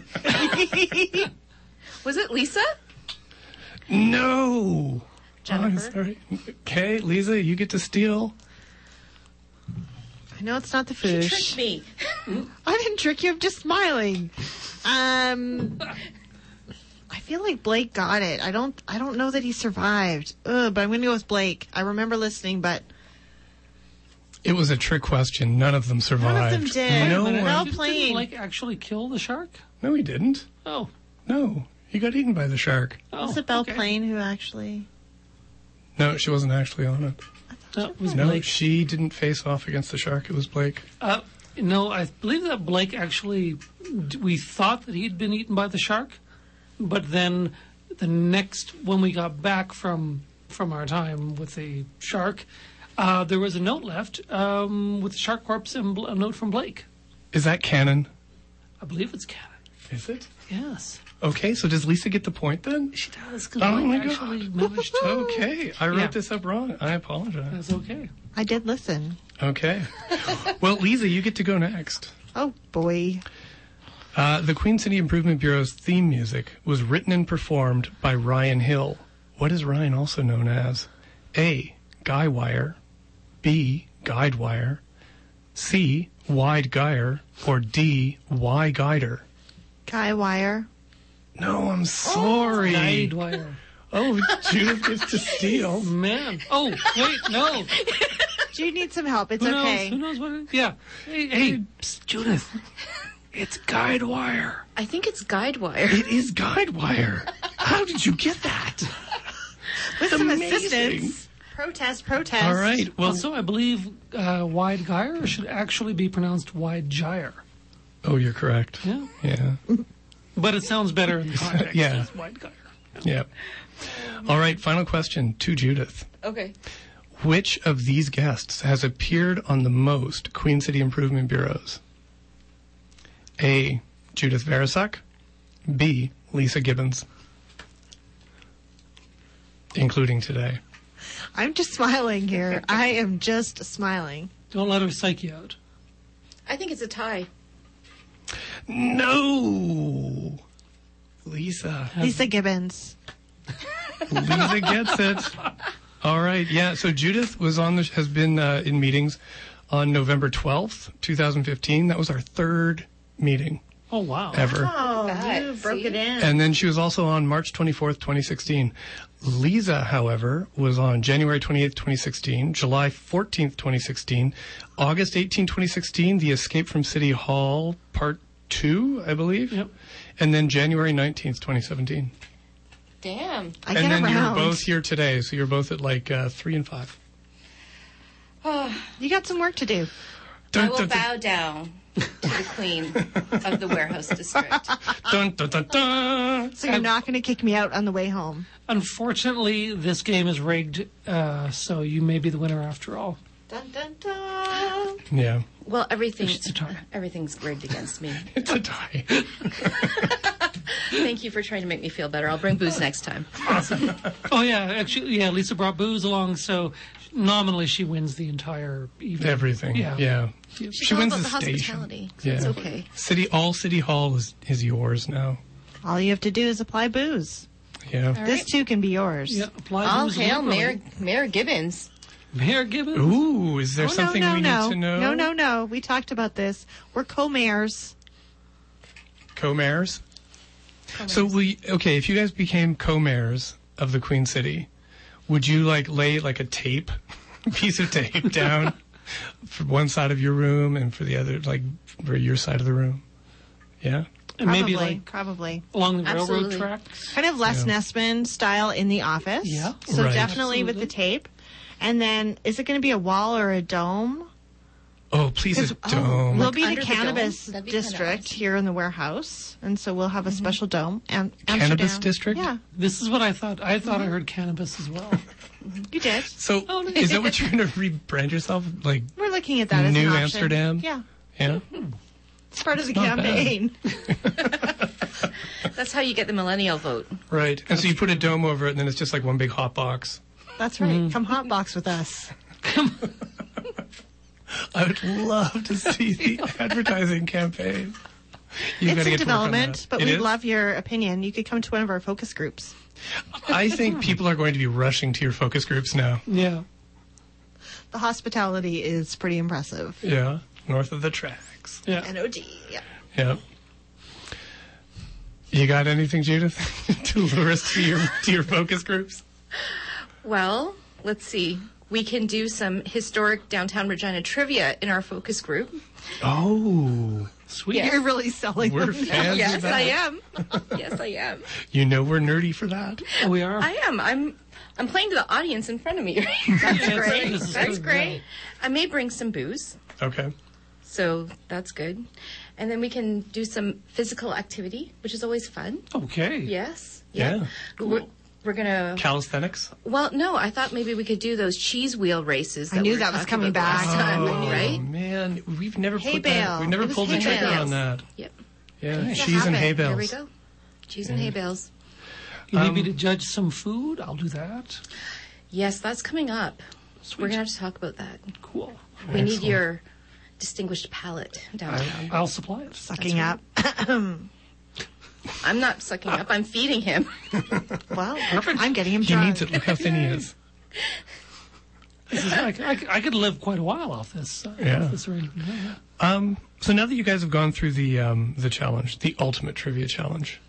C: Was it Lisa?
B: No! I'm
C: Jennifer?
B: sorry. Okay, Lisa, you get to steal.
D: I know it's not the food.
C: Trick me.
D: I didn't trick you. I'm just smiling. Um, I feel like Blake got it. I don't. I don't know that he survived. Ugh, but I'm gonna go with Blake. I remember listening, but
B: It was a trick question. None of them survived.
D: None of them
B: No,
D: did.
A: Wait a
B: one-
A: minute,
D: Well
A: didn't-
D: played.
A: Didn't, like actually kill the shark?
B: no, he didn't.
A: Oh.
B: No, he got eaten by the shark.
A: Oh,
D: was it Belle
A: okay.
D: Plain who actually?
B: No, she wasn't actually on it.
A: No, it was
B: No,
A: Blake.
B: she didn't face off against the shark. It was Blake.
A: Uh, no, I believe that Blake actually, we thought that he'd been eaten by the shark, but then the next when we got back from from our time with the shark, uh, there was a note left um, with the shark corpse and bl- a note from Blake.
B: Is that canon?
A: I believe it's canon.
B: Is it?
A: Yes.
B: Okay, so does Lisa get the point then?
A: She does. 'cause
B: Oh
A: I
B: my
A: actually managed to.
B: Okay, I wrote
A: Yeah.
B: this up wrong. I apologize.
A: That's okay.
D: I did listen.
B: Okay. well, Lisa, you get to go next.
D: Oh boy.
B: Uh, the Queen City Improvement Bureau's theme music was written and performed by Ryan Hill. What is Ryan also known as? A. Guy Wire, B. Guide Wire, C. Wide Guyer, or D. Y Guider?
D: Guy Wire.
B: No, I'm sorry.
A: Guidewire.
B: Oh, Judith gets to steal.
A: Man. Oh, wait, no.
D: Do you need some help? It's
A: Who knows?
D: okay.
A: Who knows what it is? Yeah. Hey, hey psst, Judith. It's Guidewire.
C: I think it's Guidewire.
B: It is Guide Wire. How did you get that?
D: With some
B: Amazing.
D: assistance. Protest, protest.
B: All right.
C: Um,
B: Well,
A: Also, I believe uh, Wide Gyre should actually be pronounced Wide Gyre.
B: oh, you're correct.
A: Yeah.
B: Yeah.
A: But it sounds better in the context
B: Yeah.
A: as Wide Gyre.
B: Yeah. All right, final question to Judith.
C: Okay.
B: Which of these guests has appeared on the most Queen City Improvement Bureaus? A. Judith Verisak. B. Lisa Gibbons. Including today.
D: I'm just smiling here. I am just smiling.
A: Don't let her psych you out.
C: I think it's a tie.
B: No! Lisa.
D: Lisa Gibbons.
B: Lisa gets it. All right. Yeah. So Judith was on the, has been uh, in meetings on November 12th, 2015. That was our third meeting
A: Oh, wow.
B: ever.
D: Oh,
C: you broke it
D: in.
B: And then she was also on March 24th, 2016. Lisa, however, was on January 28th, 2016, July 14th, 2016, August 18, 2016, The Escape from City Hall, Part 2, I believe.
A: Yep.
B: And then January 19th, 2017.
C: Damn.
D: I
B: and
D: get
B: then
D: around.
B: you're both here today, so you're both at like uh, 3 and 5.
D: You got some work to do.
B: Dun,
C: I will
B: dun, dun,
C: bow down to the queen of the warehouse district.
B: dun, dun, dun, dun.
D: So you're not going to kick me out on the way home.
A: Unfortunately, this game is rigged, uh, so you may be the winner after all.
D: Dun, dun, dun.
B: Yeah,
C: Well, everything,
A: It's a tie.
C: everything's rigged against me.
B: it's a tie.
C: Thank you for trying to make me feel better. I'll bring booze next time.
A: Oh, yeah. Actually, yeah, Lisa brought booze along, so nominally she wins the entire evening.
B: Everything.
A: Yeah.
B: Yeah.
A: She
C: She's
B: wins
C: all about
B: the
C: the
B: station.
C: hospitality.
B: Yeah.
C: It's okay.
B: City all City Hall is is yours now.
D: All you have to do is apply booze.
B: Yeah.
C: All
D: This
C: right.
D: too can be yours.
A: Yeah, apply
C: All
A: booze
C: hail
A: liberally.
C: Mayor, Mayor Gibbons.
A: Mayor Gibbons.
B: Ooh, is there
D: Oh,
B: something
D: no, no,
B: we
D: no.
B: need to know?
D: No, no, no. We talked about this. We're co-mayors.
B: Co-mayors. So we okay. If you guys became co-mayors of the Queen City, would you like lay like a tape, piece of tape down for one side of your room and for the other, like for your side of the room? Yeah.
A: And
D: Probably,
A: maybe like
D: probably.
A: along the
C: Absolutely.
A: railroad tracks.
D: Kind of Les
B: Yeah.
D: Nessman style in the office.
A: Yeah.
D: So
B: Right.
D: definitely with the tape. And then, is it going to be a wall or a dome?
B: Oh, please, a
D: oh,
B: dome.
D: We'll be the
C: under the dome?
D: cannabis
C: That'd be kinda
D: district
C: awesome. Mm-hmm.
D: here in the warehouse, and so we'll have a special dome. And
B: Cannabis
D: Amsterdam.
B: district?
D: Yeah,
A: This is what I thought. I thought
C: Mm-hmm.
A: I heard cannabis as well.
D: you did.
B: So
A: Oh, no.
B: is that what you're going to rebrand yourself? Like,
D: We're looking at that as an
B: New
D: option.
B: Amsterdam?
D: Yeah,
B: yeah.
D: it's part of the
B: not bad.
D: campaign.
C: That's how you get the millennial vote.
B: Right. And so you put a dome over it, and then it's just like one big hot box.
D: That's right.
B: Mm-hmm.
D: Come hot box with us.
B: I would love to see the advertising campaign. You
D: it's
B: gotta get
D: in
B: to work on
D: development,
B: that.
D: but
B: It
D: we'd
B: is?
D: love your opinion. You could come to one of our focus groups.
B: I think people are going to be rushing to your focus groups now.
A: yeah.
D: The hospitality is pretty impressive.
B: Yeah, north of the tracks.
A: Yeah.
D: NOD. Yeah.
B: Yeah. You got anything, Judith, to lure us to your to your focus groups?
C: Well, let's see. We can do some historic downtown Regina trivia in our focus group.
B: Oh,
A: Sweet.
D: You're really selling
B: we're
D: them.
B: fans of
C: yes,
B: that.
C: I am. yes, I am.
B: You know we're nerdy for that.
A: Oh, we are.
C: I am. I'm. I'm playing to the audience in front of me.
A: That's
C: great.
A: This is
C: That's
A: good.
C: great. I may bring some booze,
B: Okay.
C: so that's good. And then we can do some physical activity, which is always fun.
A: Okay.
C: Yes.
B: Yeah.
C: We're, we're gonna.
B: Calisthenics.
C: Well, no, I thought maybe we could do those cheese wheel races. That
D: knew
C: we were
D: that was
C: talking
D: coming
C: about last
D: back.
C: time,
B: Oh
C: right?
B: man, we've never
D: Hay
B: put
D: bale.
B: that, we've never
D: It was
B: pulled
D: hay
B: the trigger
C: bales.
B: on that.
C: Yep.
B: Yeah,
D: Things that
B: cheese and
D: happen.
B: hay
D: There
C: There
B: bales.
C: we go. Cheese and hay bales.
A: You need me to judge some food? I'll do that.
C: Yes, that's coming up. We're
A: Sweet.
C: gonna have to talk about that.
A: Cool.
C: We need
B: Excellent.
C: your distinguished palate downtown.
A: I'll supply it.
D: Sucking up.
C: I'm not sucking up. I'm feeding him.
D: Well, I'm getting him
B: He
D: drunk.
B: needs it. Look how thin he is.
A: This is, I, I- I could live quite a while off this. Uh,
B: Yeah.
A: off this arrangement. yeah. yeah.
B: Um, so now that you guys have gone through the um, the challenge, the ultimate trivia challenge,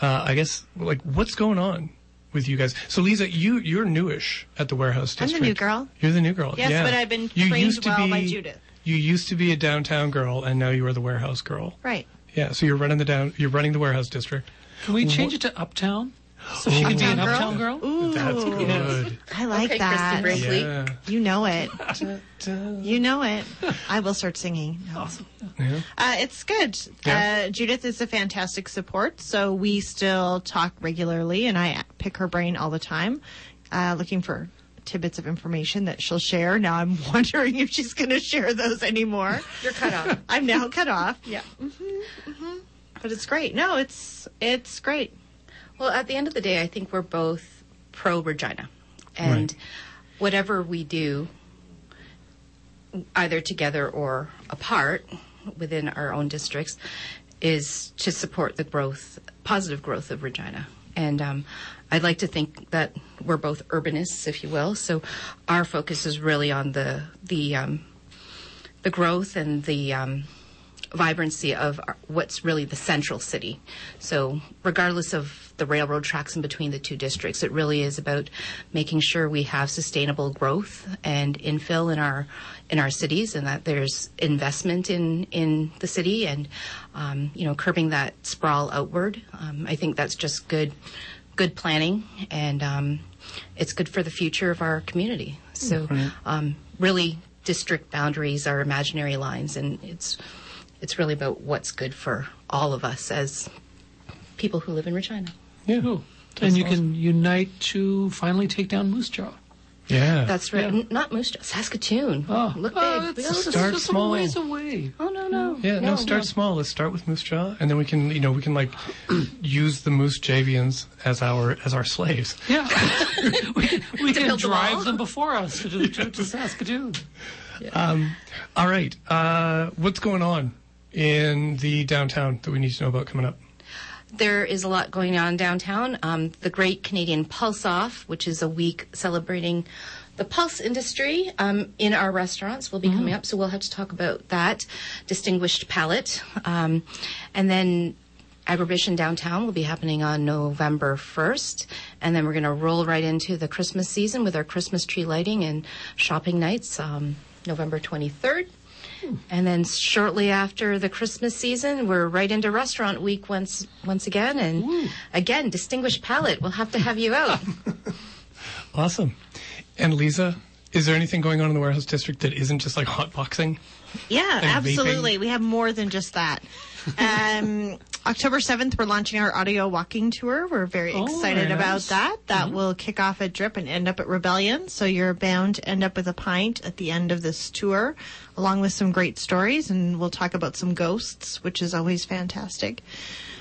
B: uh, I guess like what's going on with you guys? So Lisa, you you're newish at the warehouse
D: I'm the
B: district.
D: new girl.
B: You're the new girl.
E: Yes,
B: yeah.
E: but I've been
B: you
E: trained
B: used to
E: well by
B: be-
E: Judith.
B: You used to be a downtown girl, and now you are the warehouse girl.
D: Right.
B: Yeah. So you're running the down. You're running the warehouse district.
A: Can we change it to Uptown? So she could be an Uptown
D: Uptown
A: girl?
D: Ooh,
B: That's good.
D: I like
C: okay,
D: that.
C: Christy Brinkley.
B: Yeah.
D: You know it.
B: Da-da.
D: You know it. I will start singing. No.
B: Yeah.
D: Uh, it's good.
B: Yeah.
D: Uh, Judith is a fantastic support, so we still talk regularly, and I pick her brain all the time, uh, looking for tidbits of information that she'll share. Now I'm wondering if she's going to share those anymore.
C: You're cut off.
D: I'm now cut off. Yeah. hmm hmm But it's great. No, it's it's great.
C: Well, at the end of the day, I think we're both pro Regina, and whatever we do, either together or apart within our own districts, is to support the growth, positive growth of Regina. And um, I'd like to think that we're both urbanists, if you will. So our focus is really on the the um, the growth and the um, vibrancy of our- what's really the central city. So, regardless of the railroad tracks in between the two districts, it really is about making sure we have sustainable growth and infill in our in our cities, and that there's investment in in the city, and um, you know, curbing that sprawl outward. Um, I think that's just good good planning and um, it's good for the future of our community. So, um, really, district boundaries are imaginary lines, and it's it's really about what's good for all of us as people who live in Regina.
B: Yeah.
A: Ooh. And you can unite to finally take down Moose Jaw.
B: Yeah.
C: That's right. N- not Moose Jaw, Saskatoon.
A: Oh,
C: look big.
A: oh,
C: We
A: it's
C: gotta-
A: just,
B: start
A: just
B: small.
A: a ways away.
C: oh no, no.
B: Yeah, no, start small. Let's start with Moose Jaw, and then we can, you know, we can like use the Moose Javians as our as our slaves.
A: Yeah, we, we can
C: build the
A: drive
C: wall?
A: them before us to, to, to Saskatoon.
B: All right, uh, what's going on in the downtown that we need to know about coming up?
C: There is a lot going on downtown. Um, the Great Canadian Pulse Off, which is a week celebrating the pulse industry um, in our restaurants, will be coming up. So we'll have to talk about that distinguished palate. Um, and then Agribition Downtown will be happening on November 1st. And then we're going to roll right into the Christmas season with our Christmas tree lighting and shopping nights um, November 23rd. And then shortly after the Christmas season, we're right into restaurant week once once again. And again, distinguished palate, we'll have to have you out.
B: Awesome. And Lisa, is there anything going on in the warehouse district that isn't just like hotboxing?
D: Yeah,
B: And vaping.
D: absolutely. We have more than just that. Um, October 7th, we're launching our audio walking tour. We're very
A: Oh,
D: excited
A: very
D: about
A: nice.
D: that. That will kick off at Drip and end up at Rebellion. So you're bound to end up with a pint at the end of this tour, along with some great stories. And we'll talk about some ghosts, which is always fantastic.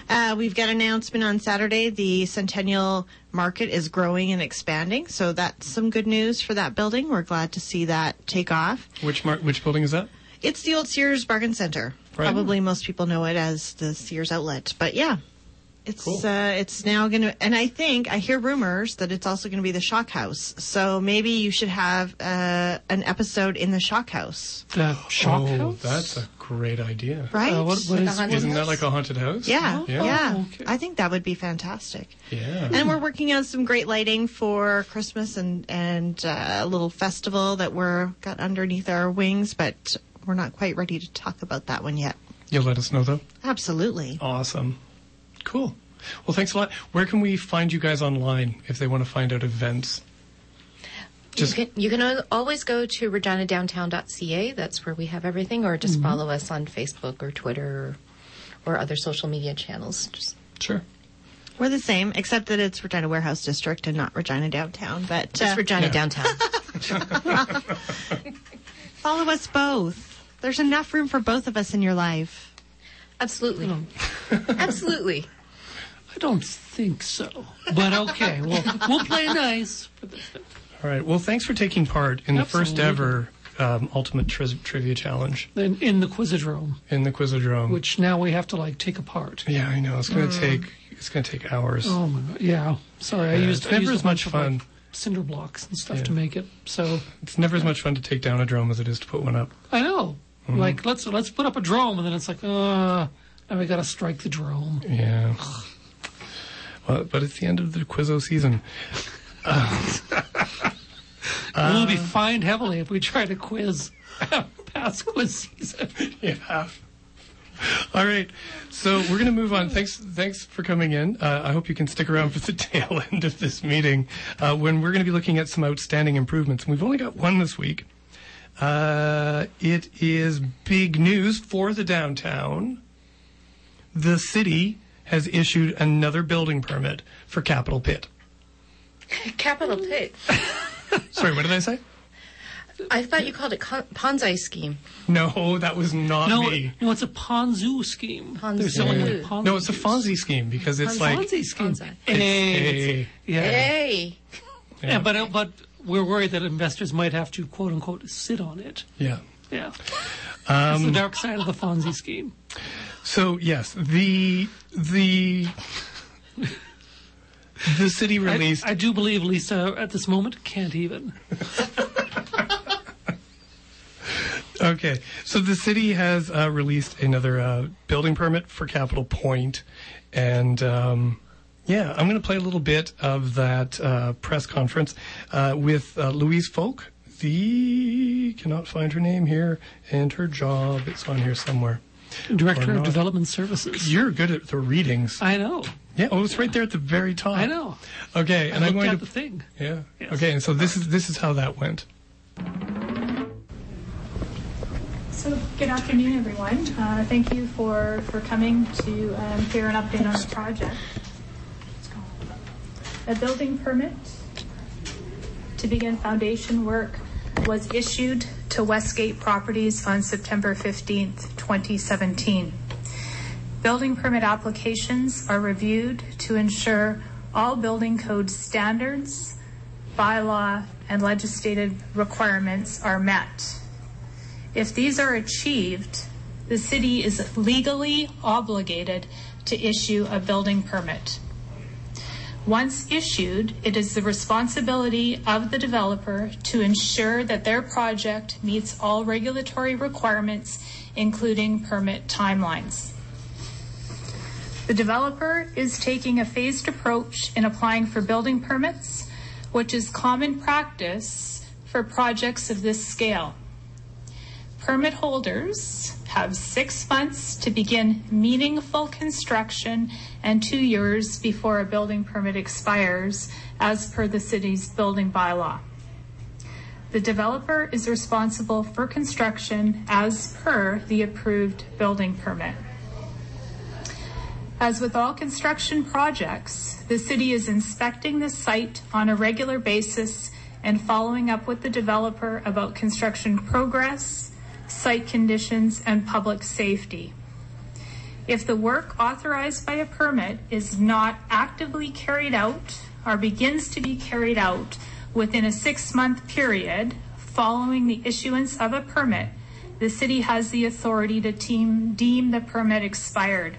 D: Uh, we've got an announcement on Saturday. The Centennial Market is growing and expanding. So that's some good news for that building. We're glad to see that take off.
B: Which mar- which building is that?
D: It's the old Sears Bargain Center.
B: Right.
D: Probably most people know it as the Sears outlet, but yeah, it's
B: Cool.
D: uh, it's now going to. And I think I hear rumors that it's also going to be the Shock House. So maybe you should have uh, an episode in the Shock House,
A: The shock
B: oh,
A: house.
B: that's a great idea.
D: right?
A: Uh, what, what
C: Like a
A: is,
C: haunted
B: Isn't that
C: house?
B: like a haunted house?
D: yeah,
A: Oh,
D: yeah.
A: okay.
D: I think that would be fantastic.
B: Yeah.
D: And we're working on some great lighting for Christmas and and uh, a little festival that we're got underneath our wings, but we're not quite ready to talk about that one yet.
B: You'll let us know though.
D: Absolutely.
B: Awesome. Cool. Well, thanks a lot. Where can we find you guys online if they want to find out events? Just-
C: you, can, you can al- always go to reginadowntown.ca. That's where we have everything, or
B: Mm-hmm.
C: just follow us on Facebook or Twitter or, or other social media channels. Just
B: Sure.
D: We're the same, except that it's Regina Warehouse District and not Regina Downtown. But
C: just
D: uh,
C: Regina Downtown.
D: follow us both. There's enough room for both of us in your life.
C: Absolutely.
B: Oh.
C: Absolutely.
A: I don't think so. But okay, well, we'll play nice.
B: All right. Well, thanks for taking part in the first
A: Absolutely.
B: ever um, Ultimate tri- Trivia Challenge
A: In, in the Quizodrome,
B: in the Quizodrome.
A: which now we have to like take apart.
B: yeah, I know. It's going to take it's going to take hours.
A: Oh my god! Yeah, sorry. I
B: Yeah,
A: used
B: it's
A: I used
B: never
A: a
B: as much
A: bunch of, like,
B: fun.
A: cinder blocks and stuff to make it. So
B: It's never as much fun to take down a drome as it is to put one up.
A: I know. Like let's let's put up a drome, and then it's like, uh, now we got to strike the drome.
B: Yeah. Well, but it's the end of the Quizzo season.
A: we'll be fined heavily if we try to quiz past quiz season.
B: Yeah. All right. So we're going to move on. Thanks. Thanks for coming in. Uh, I hope you can stick around for the tail end of this meeting uh, when we're going to be looking at some outstanding improvements. And we've only got one this week. Uh, it is big news for the downtown. The city has issued another building permit for Capitol Pit.
C: Capital Pit.
B: Sorry, what did I say?
C: I thought you called it con- Ponzi scheme.
B: No, that was not
A: No,
B: me.
A: no, it's a Ponzu scheme. They're
C: Ponzu.
A: selling like
C: Yeah.
A: Ponzi.
B: No, it's a Fonzie scheme because it's
A: Ponzi
B: like.
A: scheme.
C: Ponzi.
A: Hey,
B: Hey.
A: yeah.
C: Hey.
A: yeah, but but we're worried that investors might have to quote unquote sit on it.
B: Yeah. Um,
A: Yeah, that's the dark side of the Ponzi scheme.
B: So yes, the the the city
A: I-
B: released.
A: I, do believe Lisa at this moment can't even.
B: okay, so the city has uh, released another uh, building permit for Capitol Point, and um, yeah, I'm going to play a little bit of that uh, press conference uh, with uh, Louise Folk. The cannot find her name here, and her job. It's on here somewhere.
A: Director
B: not.
A: of Development Services.
B: You're good at the readings.
A: I know.
B: Yeah, oh, it's right there at the very top.
A: I know.
B: Okay, and
A: I
B: I'm
A: looked
B: going
A: at
B: to
A: the thing.
B: Yeah.
A: Yes.
B: Okay, and so this is this is how that went.
E: So, good afternoon, everyone. Uh, Thank you for, for coming to um, hear an update on the project. A building permit to begin foundation work was issued to Westgate Properties on September 15th, 2017. Building permit applications are reviewed to ensure all building code standards, bylaw, and legislated requirements are met. If these are achieved, the city is legally obligated to issue a building permit. Once issued, it is the responsibility of the developer to ensure that their project meets all regulatory requirements, including permit timelines. The developer is taking a phased approach in applying for building permits, which is common practice for projects of this scale. Permit holders have six months to begin meaningful construction and two years before a building permit expires, as per the city's building bylaw. The developer is responsible for construction as per the approved building permit. As with all construction projects, the city is inspecting the site on a regular basis and following up with the developer about construction progress, site conditions, and public safety. If the work authorized by a permit is not actively carried out or begins to be carried out within a six-month period following the issuance of a permit, the city has the authority to team, deem the permit expired.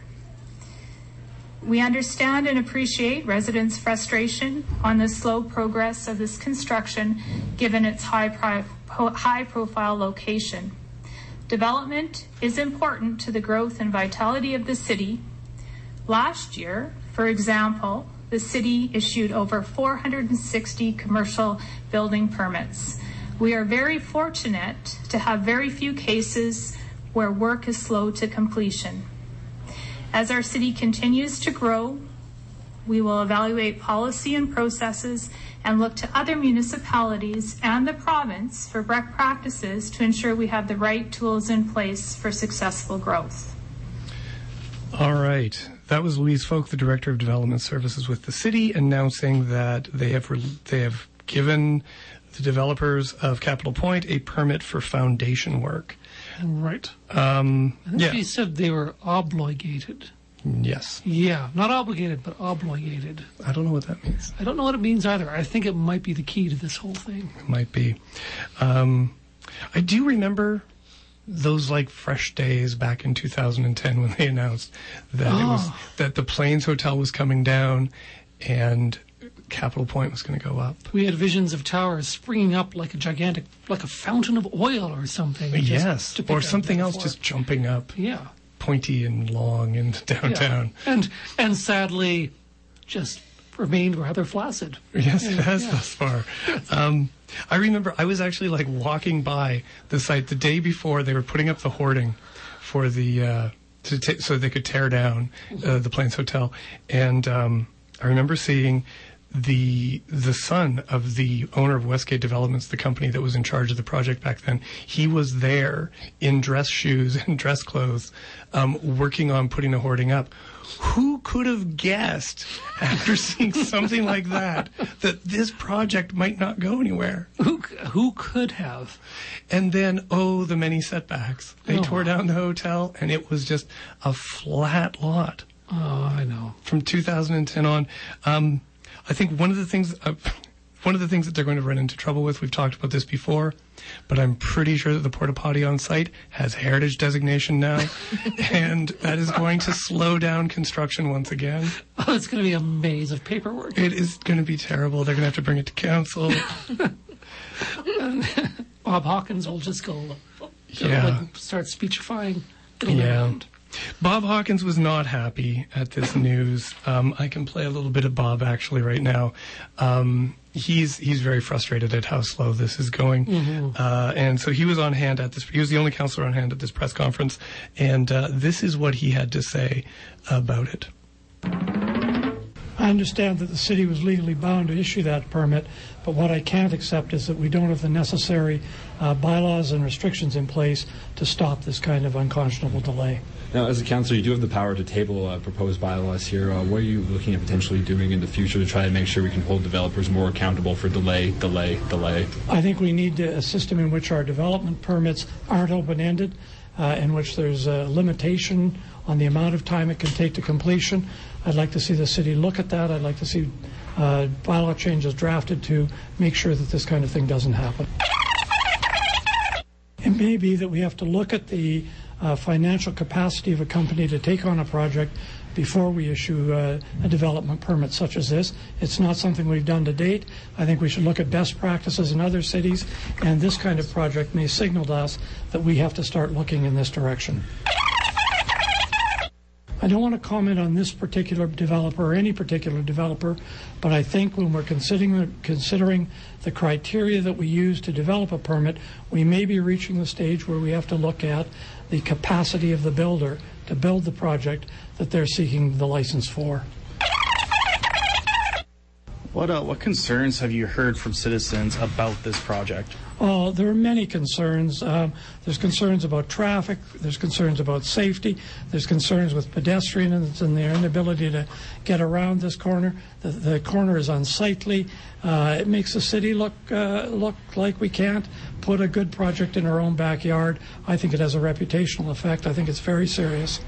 E: We understand and appreciate residents' frustration on the slow progress of this construction, given its high, pri- po- high profile location. Development is important to the growth and vitality of the city. Last year, for example, the city issued over 460 commercial building permits. We are very fortunate to have very few cases where work is slow to completion. As our city continues to grow, we will evaluate policy and processes and look to other municipalities and the province for best practices to ensure we have the right tools in place for successful growth.
B: All right. That was Louise Folk, the director of development services with the city, announcing that they have re- they have given the developers of Capitol Point a permit for foundation work.
A: Right.
B: Um,
A: He
B: yeah.
A: said they were obligated.
B: Yes.
A: Yeah, not obligated, but obligated.
B: I don't know what that means.
A: I don't know what it means either. I think it might be the key to this whole thing.
B: It might be. Um, I do remember those like fresh days back in 2010 when they announced that it was that the Plains Hotel was coming down and Capital Point was going to go up.
A: We had visions of towers springing up like a gigantic, like a fountain of oil or something. just
B: yes,
A: to pick
B: or
A: on
B: something else
A: metaphor.
B: just jumping up,
A: yeah,
B: pointy and long and
A: yeah.
B: downtown.
A: and and sadly, just remained rather flaccid.
B: Yes, it has thus far. Um, I remember I was actually like walking by the site the day before they were putting up the hoarding for the uh, to ta- so they could tear down uh, the Plains Hotel, and um, I remember seeing the the son of the owner of Westgate Developments, the company that was in charge of the project back then. He was there in dress shoes and dress clothes, um, working on putting the hoarding up. Who could have guessed after seeing something like that that this project might not go anywhere?
A: Who c- who could have?
B: And then, oh, the many setbacks. They
A: Oh.
B: tore down the hotel and it was just a flat lot
A: Oh, I know.
B: from 2010 on. Um, I think one of the things, uh, one of the things that they're going to run into trouble with, we've talked about this before, but I'm pretty sure that the porta potty on site has heritage designation now, and that is going to slow down construction once again.
A: Oh, it's going to be a maze of paperwork.
B: It is going to be terrible. They're going to have to bring it to council.
A: Bob Hawkins will just go, he'll,
B: Yeah.
A: like, start speechifying. It'll never
B: yeah.
A: end.
B: Bob Hawkins was not happy at this news. Um, I can play a little bit of Bob actually right now. Um, he's he's very frustrated at how slow this is going, uh, and so he was on hand at this. He was the only counselor on hand at this press conference, and uh, this is what he had to say about it.
F: I understand that the city was legally bound to issue that permit, but what I can't accept is that we don't have the necessary uh, bylaws and restrictions in place to stop this kind of unconscionable delay.
G: Now, as a council, you do have the power to table uh, proposed bylaws here. Uh, what are you looking at potentially doing in the future to try to make sure we can hold developers more accountable for delay, delay, delay?
F: I think we need a system in which our development permits aren't open-ended, uh, in which there's a limitation on the amount of time it can take to completion. I'd like to see the city look at that. I'd like to see uh, bylaw changes drafted to make sure that this kind of thing doesn't happen. It may be that we have to look at the uh, financial capacity of a company to take on a project before we issue uh, a development permit such as this. It's not something we've done to date. I think we should look at best practices in other cities, and this kind of project may signal to us that we have to start looking in this direction. I don't want to comment on this particular developer or any particular developer, but I think when we're considering considering the criteria that we use to develop a permit, we may be reaching the stage where we have to look at the capacity of the builder to build the project that they're seeking the license for.
H: What uh, what concerns have you heard from citizens about this project?
F: Oh, there are many concerns. Um, there's concerns about traffic. There's concerns about safety. There's concerns with pedestrians and their inability to get around this corner. The, the corner is unsightly. Uh, it makes the city look uh, look like we can't put a good project in our own backyard. I think it has a reputational effect. I think it's very serious.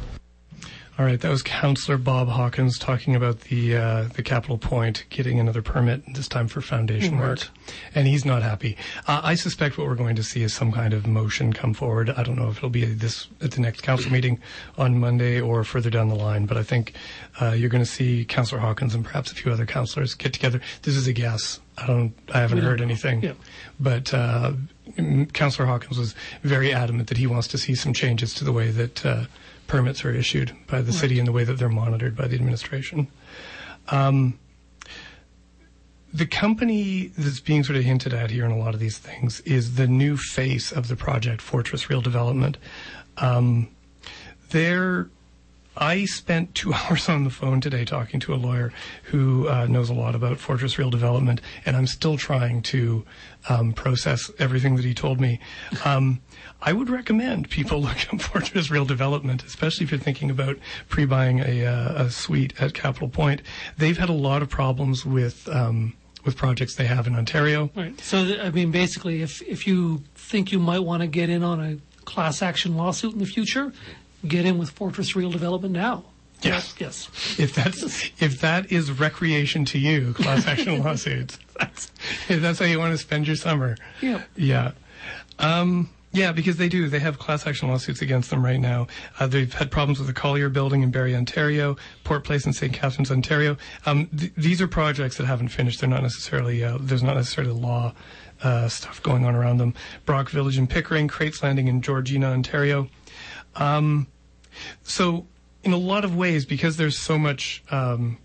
B: All right, that was Counselor Bob Hawkins talking about the uh, the Capital Point getting another permit this time for foundation work, and he's not happy. Uh, I suspect what we're going to see is some kind of motion come forward. I don't know if it'll be this at the next council meeting on Monday or further down the line, but I think uh, you're going to see Counselor Hawkins and perhaps a few other counselors get together. This is a guess. I don't. I haven't
A: don't
B: heard
A: know.
B: anything.
A: Yeah.
B: But uh, mm, Councillor Hawkins was very adamant that he wants to see some changes to the way that uh, permits are issued by the city and the way that they're monitored by the administration. Um, the company that's being sort of hinted at here in a lot of these things is the new face of the project, Fortress Real Development. Um, they're I spent two hours on the phone today talking to a lawyer who uh, knows a lot about Fortress Real Development, and I'm still trying to um, process everything that he told me. Um, I would recommend people look up Fortress Real Development, especially if you're thinking about pre buying a, uh, a suite at Capital Point. They've had a lot of problems with. Um, with projects they have in Ontario.
A: Right. So, th- I mean, basically, if if you think you might want to get in on a class action lawsuit in the future, get in with Fortress Real Development now.
B: Yes.
A: Yes.
B: If that's if that is recreation to you, class action lawsuits. That's if that's how you want to spend your summer.
A: Yeah.
B: Yeah. Um, yeah, because they do. They have class action lawsuits against them right now. Uh, they've had problems with the Collier Building in Barrie, Ontario, Port Place in St. Catharines, Ontario. Um, th- these are projects that haven't finished. They're not necessarily uh, there's not necessarily law uh, stuff going on around them. Brock Village in Pickering, Crates Landing in Georgina, Ontario. Um, so in a lot of ways, because there's so much um,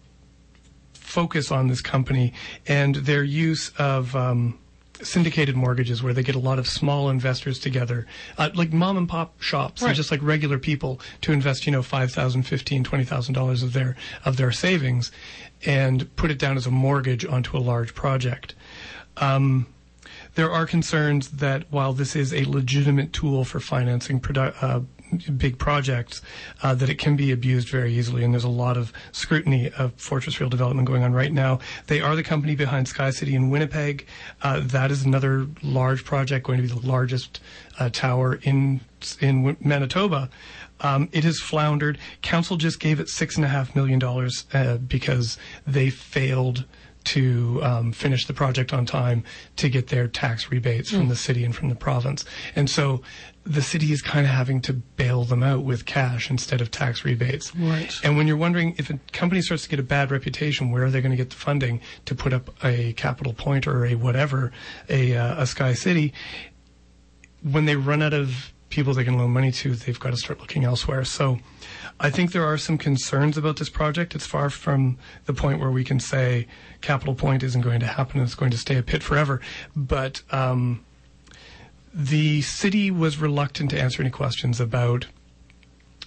B: focus on this company and their use of um, syndicated mortgages, where they get a lot of small investors together, uh, like mom and pop shops, and
A: Right.
B: just like regular people, to invest, you know, five thousand, fifteen, twenty thousand dollars of their of their savings, and put it down as a mortgage onto a large project. Um, there are concerns that while this is a legitimate tool for financing produ- uh, big projects, uh, that it can be abused very easily. And there's a lot of scrutiny of Fortress Real Development going on right now. They are the company behind Sky City in Winnipeg. Uh, that is another large project, going to be the largest uh, tower in in Win- Manitoba. Um, it has floundered. Council just gave it six and a half million dollars uh, because they failed to um, finish the project on time to get their tax rebates from the city and from the province. And so the city is kind of having to bail them out with cash instead of tax rebates.
A: Right.
B: And when you're wondering if a company starts to get a bad reputation, where are they going to get the funding to put up a Capital Point or a whatever, a, uh, a Sky City? when they run out of people they can loan money to, they've got to start looking elsewhere. So I think there are some concerns about this project. It's far from the point where we can say Capital Point isn't going to happen and it's going to stay a pit forever. But um, the city was reluctant to answer any questions about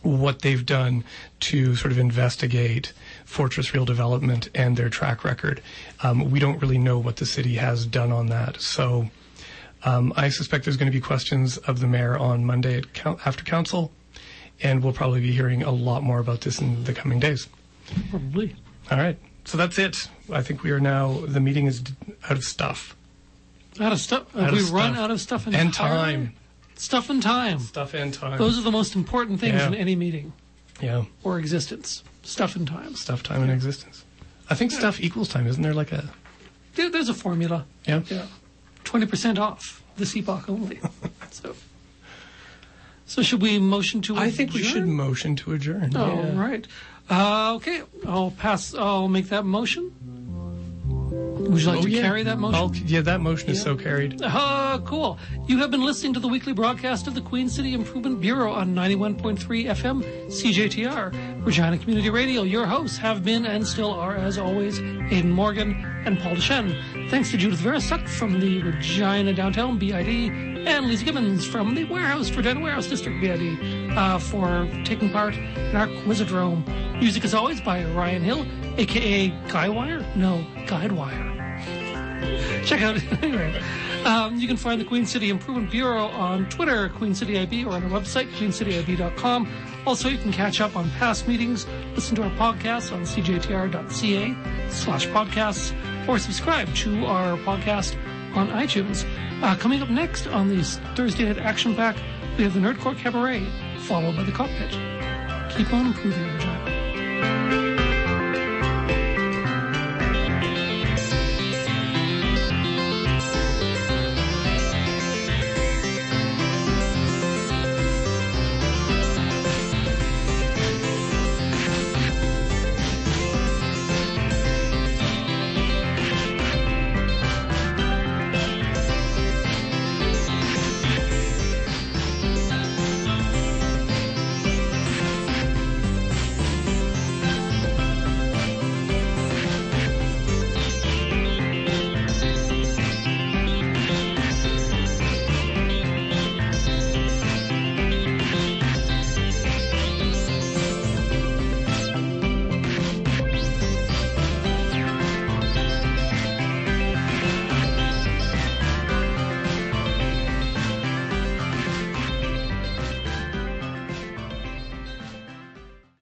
B: what they've done to sort of investigate Fortress Real Development and their track record. Um, we don't really know what the city has done on that. So um, I suspect there's going to be questions of the mayor on Monday at coun after council, and we'll probably be hearing a lot more about this in the coming days.
A: Probably.
B: All right. So that's it. I think we are now, the meeting is d- out of stuff.
A: Out of stuff.
B: Out of
A: we run
B: stuff.
A: out of stuff
B: And
A: entirely?
B: time.
A: Stuff and time.
B: Stuff and time.
A: Those are the most important things
B: Yeah.
A: in any meeting
B: yeah.
A: or existence. Stuff and time.
B: Stuff, time, and existence. I think stuff equals time. Isn't there like a.
A: There, there's a formula.
B: Yeah.
A: Yeah. 20% off this epoch only. so, so should we motion to
B: I think we should
A: adjourn? Oh.
B: motion to adjourn.
A: All right. Uh, okay. I'll pass. I'll make that motion. Would you like
B: Oh,
A: to
B: yeah.
A: carry that motion?
B: I'll- yeah, that motion is so carried.
A: Ah, cool. You have been listening to the weekly broadcast of the Queen City Improvement Bureau on 91.3 FM CJTR, Regina Community Radio. Your hosts have been and still are, as always, Aiden Morgan and Paul DeShen. Thanks to Judith Verisuck from the Regina Downtown BID and Lisa Gibbons from the Warehouse, Regina Warehouse District BID, uh, for taking part in our Quizodrome. Music, as always, by Ryan Hill, aka Guywire? No, Guidewire check out anyway. Um, you can find the Queen City Improvement Bureau on Twitter, Queen City IB, or on our website, queencityib.com. Also, you can catch up on past meetings, listen to our podcasts on cjtr.ca slash podcasts, or subscribe to our podcast on iTunes. Uh, coming up next on the Thursday Night Action Pack, we have the Nerdcore Cabaret, followed by the Cockpit. Keep on improving, Regina.